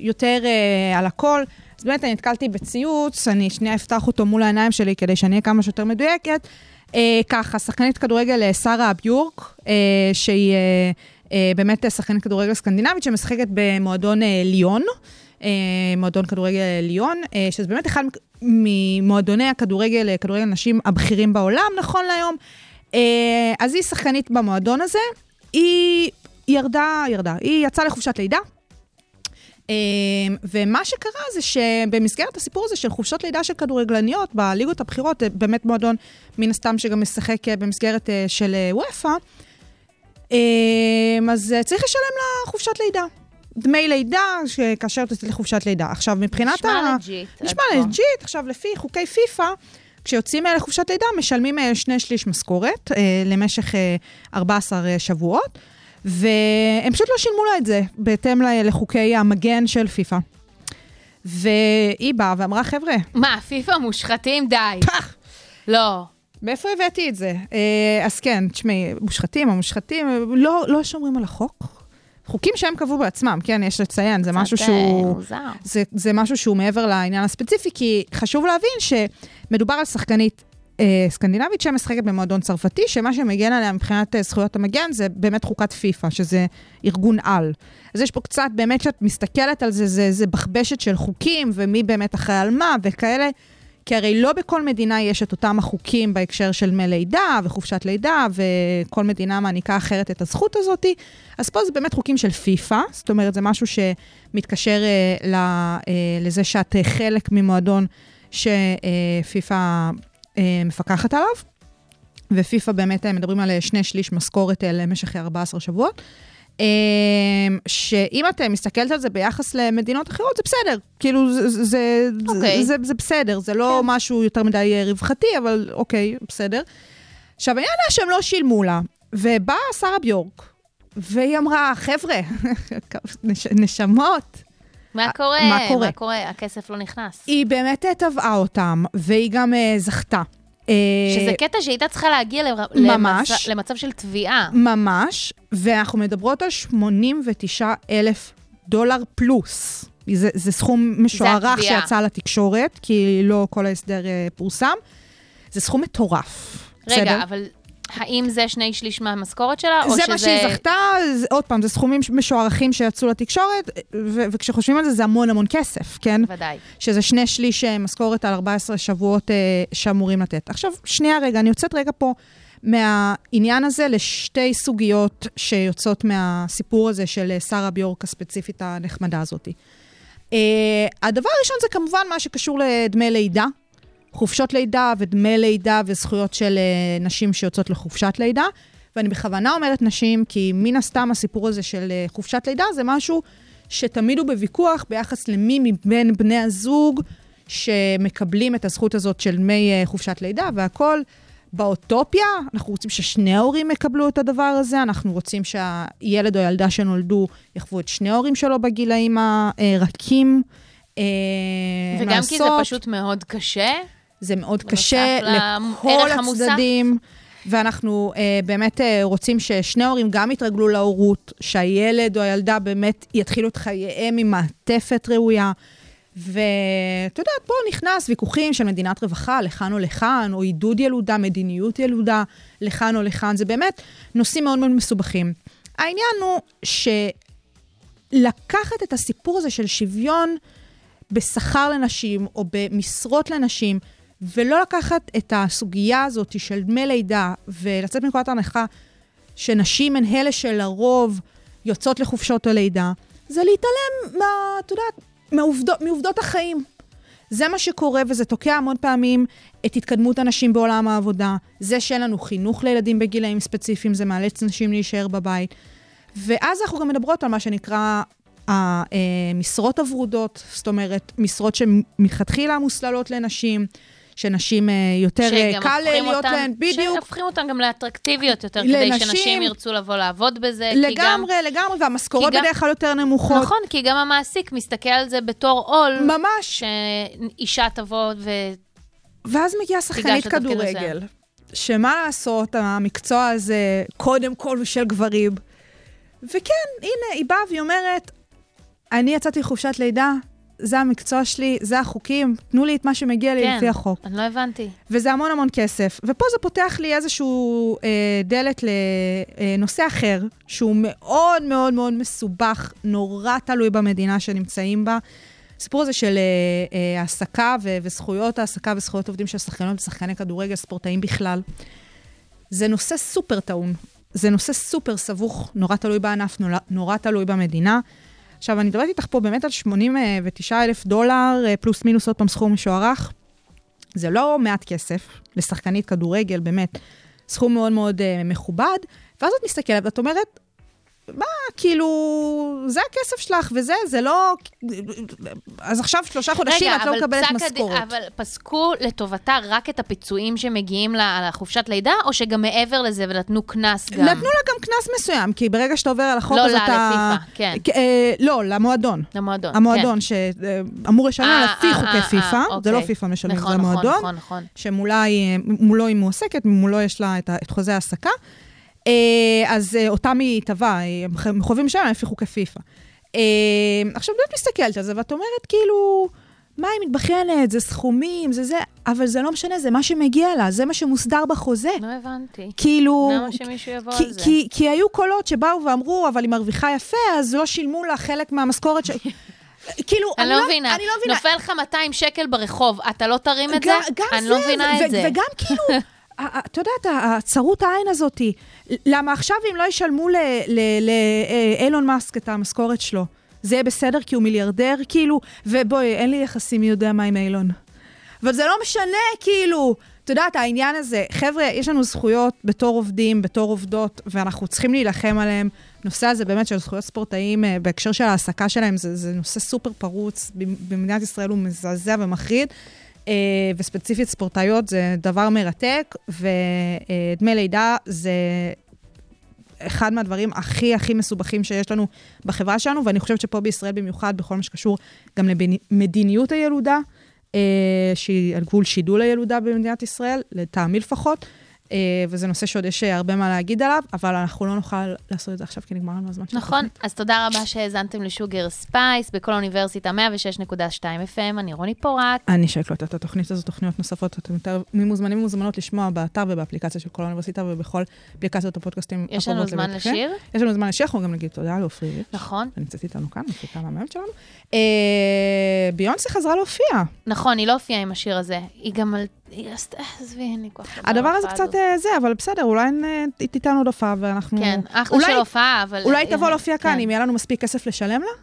S5: יותר אה, על הכל. אז באמת אני נתקלתי בציוץ, אני שנייה אפתח אותו מול העיניים שלי כדי שאני אהיה כמה שיותר מדויקת. אה, ככה, שחקנית כדורגל אה, שרה אביורק, אה, שהיא אה, אה, באמת אה, שחקנית כדורגל סקנדינבית שמשחקת במועדון אה, ליון, אה, מועדון כדורגל אה, ליון, אה, שזה באמת אחד ממועדוני הכדורגל, אה, כדורגל נשים הבכירים בעולם נכון להיום. אה, אז היא שחקנית במועדון הזה, היא ירדה, ירדה, היא יצאה לחופשת לידה. אה, ומה שקרה זה שבמסגרת הסיפור הזה של חופשות לידה של כדורגלניות בליגות הבכירות, אה, באמת מועדון מן הסתם שגם משחק אה, במסגרת אה, של אה, וופא, אמ, אז אה, צריך לשלם לה חופשת לידה. דמי לידה, ש- כאשר תצא לחופשת לידה. עכשיו, מבחינת
S4: נשמע
S5: ה...
S4: לג'יט עד
S5: נשמע
S4: כה.
S5: לג'יט. עכשיו, לפי חוקי פיפ"א, כשיוצאים אה, לחופשת לידה, משלמים אה, שני שליש משכורת אה, למשך אה, 14 שבועות, והם פשוט לא שילמו לה את זה, בהתאם ל- לחוקי המגן של פיפ"א. והיא באה ואמרה, חבר'ה,
S4: מה, פיפ"א מושחתים?
S5: *laughs*
S4: די.
S5: פח!
S4: לא.
S5: מאיפה הבאתי את זה? אה, אז כן, תשמעי, מושחתים, המושחתים, אה, לא, לא שומרים על החוק. חוקים שהם קבעו בעצמם, כן, יש לציין, זה משהו
S4: קצת, אה,
S5: שהוא...
S4: מוזר.
S5: זה, זה משהו שהוא מעבר לעניין הספציפי, כי חשוב להבין שמדובר על שחקנית אה, סקנדינבית שמשחקת במועדון צרפתי, שמה שמגן עליה מבחינת אה, זכויות המגן זה באמת חוקת פיפ"א, שזה ארגון על. אז יש פה קצת, באמת, כשאת מסתכלת על זה, זה, זה בכבשת של חוקים, ומי באמת אחראי על מה, וכאלה. כי הרי לא בכל מדינה יש את אותם החוקים בהקשר של דמי לידה וחופשת לידה, וכל מדינה מעניקה אחרת את הזכות הזאת. אז פה זה באמת חוקים של פיפ"א, זאת אומרת, זה משהו שמתקשר אה, ל, אה, לזה שאת אה, חלק ממועדון שפיפ"א אה, מפקחת עליו. ופיפ"א באמת אה, מדברים על אה, שני שליש משכורת אה, למשך 14 שבועות. אמ, שאם את מסתכלת על זה ביחס למדינות אחרות, זה בסדר. כאילו, זה, זה, זה,
S4: אוקיי. כן.
S5: זה, זה בסדר, זה לא משהו יותר מדי אה, רווחתי, אבל אוקיי, בסדר. עכשיו, העניין היה שהם לא שילמו לה, ובאה שרה ביורק, והיא אמרה, חבר'ה, *laughs* נש, נשמות,
S4: מה קורה?
S5: אה, מה קורה?
S4: מה קורה? הכסף לא נכנס.
S5: היא באמת אה, תבעה אותם, והיא גם אה, זכתה. אה,
S4: שזה קטע שהייתה צריכה להגיע לר-
S5: ממש.
S4: למצב- למצב של תביעה.
S5: ממש, ואנחנו מדברות על 89 אלף דולר פלוס. זה, זה סכום משוערך
S4: התביעה.
S5: שיצא לתקשורת, כי לא כל ההסדר אה, פורסם. זה סכום מטורף.
S4: רגע,
S5: בסדר?
S4: אבל האם זה שני שליש מהמשכורת שלה? או
S5: זה
S4: שזה...
S5: מה שהיא זכתה, זה, עוד פעם, זה סכומים משוערכים שיצאו לתקשורת, ו- וכשחושבים על זה, זה המון המון כסף, כן?
S4: ודאי.
S5: שזה שני שליש אה, משכורת על 14 שבועות אה, שאמורים לתת. עכשיו, שנייה רגע, אני יוצאת רגע פה מהעניין הזה לשתי סוגיות שיוצאות מהסיפור הזה של אה, שרה ביורק הספציפית הנחמדה הזאת. אה, הדבר הראשון זה כמובן מה שקשור לדמי לידה, חופשות לידה ודמי לידה וזכויות של אה, נשים שיוצאות לחופשת לידה. ואני בכוונה אומרת נשים, כי מן הסתם הסיפור הזה של אה, חופשת לידה זה משהו שתמיד הוא בוויכוח ביחס למי מבין בני הזוג שמקבלים את הזכות הזאת של דמי אה, חופשת לידה והכול. באוטופיה, אנחנו רוצים ששני ההורים יקבלו את הדבר הזה, אנחנו רוצים שהילד או ילדה שנולדו יחוו את שני ההורים שלו בגילאים הרכים. אה,
S4: וגם כי זה
S5: לעשות.
S4: פשוט מאוד קשה.
S5: זה מאוד
S4: בנוסף
S5: קשה לכל
S4: לערך המוסף.
S5: הצדדים, ואנחנו אה, באמת אה, רוצים ששני ההורים גם יתרגלו להורות, שהילד או הילדה באמת יתחילו את חייהם עם מעטפת ראויה. ואת יודעת, פה נכנס ויכוחים של מדינת רווחה, לכאן או לכאן, או עידוד ילודה, מדיניות ילודה, לכאן או לכאן, זה באמת נושאים מאוד מאוד מסובכים. העניין הוא שלקחת את הסיפור הזה של שוויון בשכר לנשים או במשרות לנשים, ולא לקחת את הסוגיה הזאת של דמי לידה ולצאת מנקודת הנחה שנשים הן אלה שלרוב יוצאות לחופשות הלידה, זה להתעלם מה, את יודעת, מעובדות, מעובדות החיים. זה מה שקורה וזה תוקע המון פעמים את התקדמות הנשים בעולם העבודה. זה שאין לנו חינוך לילדים בגילאים ספציפיים, זה מאלץ נשים להישאר בבית. ואז אנחנו גם מדברות על מה שנקרא המשרות הוורודות, זאת אומרת, משרות שמלכתחילה מוסללות לנשים, שנשים אה, יותר אה,
S4: שגם
S5: קל
S4: הופכים
S5: להיות
S4: אותן-
S5: להן, בדיוק.
S4: שהופכים אותן גם לאטרקטיביות יותר, כדי
S5: לנשים.
S4: שנשים ירצו לבוא לעבוד בזה. כי גם-
S5: לגמרי, לגמרי, והמשכורות
S4: כי גם-
S5: בדרך כלל יותר נמוכות.
S4: נכון, כי גם המעסיק מסתכל על זה בתור עול.
S5: ממש.
S4: שאישה תבוא ו...
S5: ואז מגיעה שחקנית
S4: לתפקיד
S5: כדורגל,
S4: מסוים.
S5: שמה לעשות, המקצוע הזה קודם כל הוא של גברים. וכן, הנה, היא באה והיא אומרת, אני יצאתי לחופשת לידה, זה המקצוע שלי, זה החוקים, תנו לי את מה שמגיע לי
S4: כן,
S5: לפי החוק.
S4: אני לא הבנתי.
S5: וזה המון המון כסף. ופה זה פותח לי איזשהו אה, דלת לנושא אחר, שהוא מאוד מאוד מאוד מסובך, נורא תלוי במדינה שנמצאים בה. הסיפור הזה של אה, אה, העסקה ו- וזכויות העסקה וזכויות עובדים של שחקניות ושחקני כדורגל, ספורטאים בכלל, זה נושא סופר טעון. זה נושא סופר סבוך, נורא תלוי בענף, נורא, נורא תלוי במדינה. עכשיו, אני מדברת איתך פה באמת על 89 אלף דולר, אה, פלוס מינוס עוד פעם סכום משוערך. זה לא מעט כסף לשחקנית כדורגל, באמת, סכום מאוד מאוד uh, מכובד, ואז את מסתכלת ואת אומרת, מה, כאילו, זה הכסף שלך וזה, זה לא... אז עכשיו שלושה חודשים
S4: רגע,
S5: את לא
S4: אבל
S5: מקבלת
S4: פסק הדין-
S5: משכורת.
S4: אבל פסקו לטובתה רק את הפיצויים שמגיעים לה- לחופשת לידה, או שגם מעבר לזה ונתנו קנס גם?
S5: נתנו לה גם קנס מסוים, כי ברגע שאתה עובר על החוק
S4: לא
S5: אז
S4: לה,
S5: אתה...
S4: לפיפ"א, כן.
S5: כ- אה, לא, למועדון.
S4: למועדון. כן.
S5: המועדון שאמור לשלם
S4: אה,
S5: לה לפי
S4: אה,
S5: חוקי
S4: אה, אה,
S5: פיפ"א, זה לא
S4: אוקיי.
S5: פיפ"א משלם,
S4: נכון,
S5: זה
S4: נכון,
S5: המועדון.
S4: נכון, נכון.
S5: שמולה היא, מולו היא מועסקת, מולו יש לה את, ה- את חוזה ההעסקה. אה, אז אה, אותם היא תבע, אה, הם ח- הם חייבים לשלם לפי חוקי פיפ"א. אה, עכשיו, את מסתכלת על זה ואת אומרת, כאילו, מה היא מתבכיינת, זה סכומים, זה זה, אבל זה לא משנה, זה מה שמגיע לה, זה מה שמוסדר בחוזה.
S4: לא הבנתי.
S5: כאילו...
S4: למה שמישהו יבוא
S5: כי,
S4: על זה?
S5: כי, כי היו קולות שבאו ואמרו, אבל היא מרוויחה יפה, אז לא שילמו לה חלק מהמשכורת
S4: *laughs*
S5: ש... כאילו,
S4: אני לא מבינה.
S5: אני לא מבינה.
S4: נופל לך 200 שקל ברחוב, אתה לא תרים את זה?
S5: גם- גם
S4: אני לא
S5: זה,
S4: מבינה
S5: ו-
S4: את זה. *laughs*
S5: וגם כאילו, ה- ה- את יודעת, ה- הצרות העין הזאת, למה עכשיו אם לא ישלמו לאילון מאסק אה, את המשכורת שלו, זה יהיה בסדר כי הוא מיליארדר, כאילו, ובואי, אין לי יחסים מי יודע מה עם אילון. אבל זה לא משנה, כאילו, את את יודעת, העניין הזה, חבר'ה, יש לנו זכויות בתור עובדים, בתור עובדות, ואנחנו צריכים להילחם עליהן. הנושא הזה באמת של זכויות ספורטאים, אה, בהקשר של ההעסקה שלהם, זה, זה נושא סופר פרוץ. במ- במדינת ישראל הוא מזעזע ומחריד, אה, וספציפית ספורטאיות זה דבר מרתק, ודמי לידה זה אחד מהדברים הכי הכי מסובכים שיש לנו בחברה שלנו, ואני חושבת שפה בישראל במיוחד, בכל מה שקשור גם למדיניות הילודה, אה, שהיא על גבול שידול הילודה במדינת ישראל, לטעמי לפחות, אה, וזה נושא שעוד יש אה, הרבה מה להגיד עליו, אבל אנחנו לא נוכל לעשות את זה עכשיו, כי נגמר לנו הזמן של
S4: נכון,
S5: התוכנית.
S4: אז תודה רבה שהאזנתם לשוגר ספייס, בכל אוניברסיטה 106.2 FM, אני רוני פורט.
S5: אני שקלוט את התוכנית הזאת, תוכניות נוספות, אתם יותר מוזמנים ומוזמנות לשמוע באתר ובאפליקציה של כל האוניברסיטה ובכל אפליקציות הפודקאסטים.
S4: יש לנו
S5: הקרובות
S4: זמן
S5: לביתכם.
S4: לשיר?
S5: יש לנו זמן לשיר, אנחנו גם נגיד תודה לעופרי ריץ'.
S4: נכון.
S5: נמצאת איתנו כאן, מפיקה מהממת שלנו. אה, ביונסה חזרה להופיע.
S4: נכון, היא לא הופיעה עם השיר הזה. היא גם על... היא עשתה... עזבי, אין לי כוח. לדבר
S5: הדבר
S4: על
S5: הזה
S4: ההופעה
S5: קצת
S4: הזאת.
S5: אה, זה, אבל בסדר, אולי אה, היא תיתן עוד הופעה ואנחנו...
S4: כן, אחלה
S5: אולי-
S4: של הופעה, אבל...
S5: אולי תבוא להופיע
S4: כן.
S5: כאן, אם יהיה לנו מספיק כסף לשלם לה?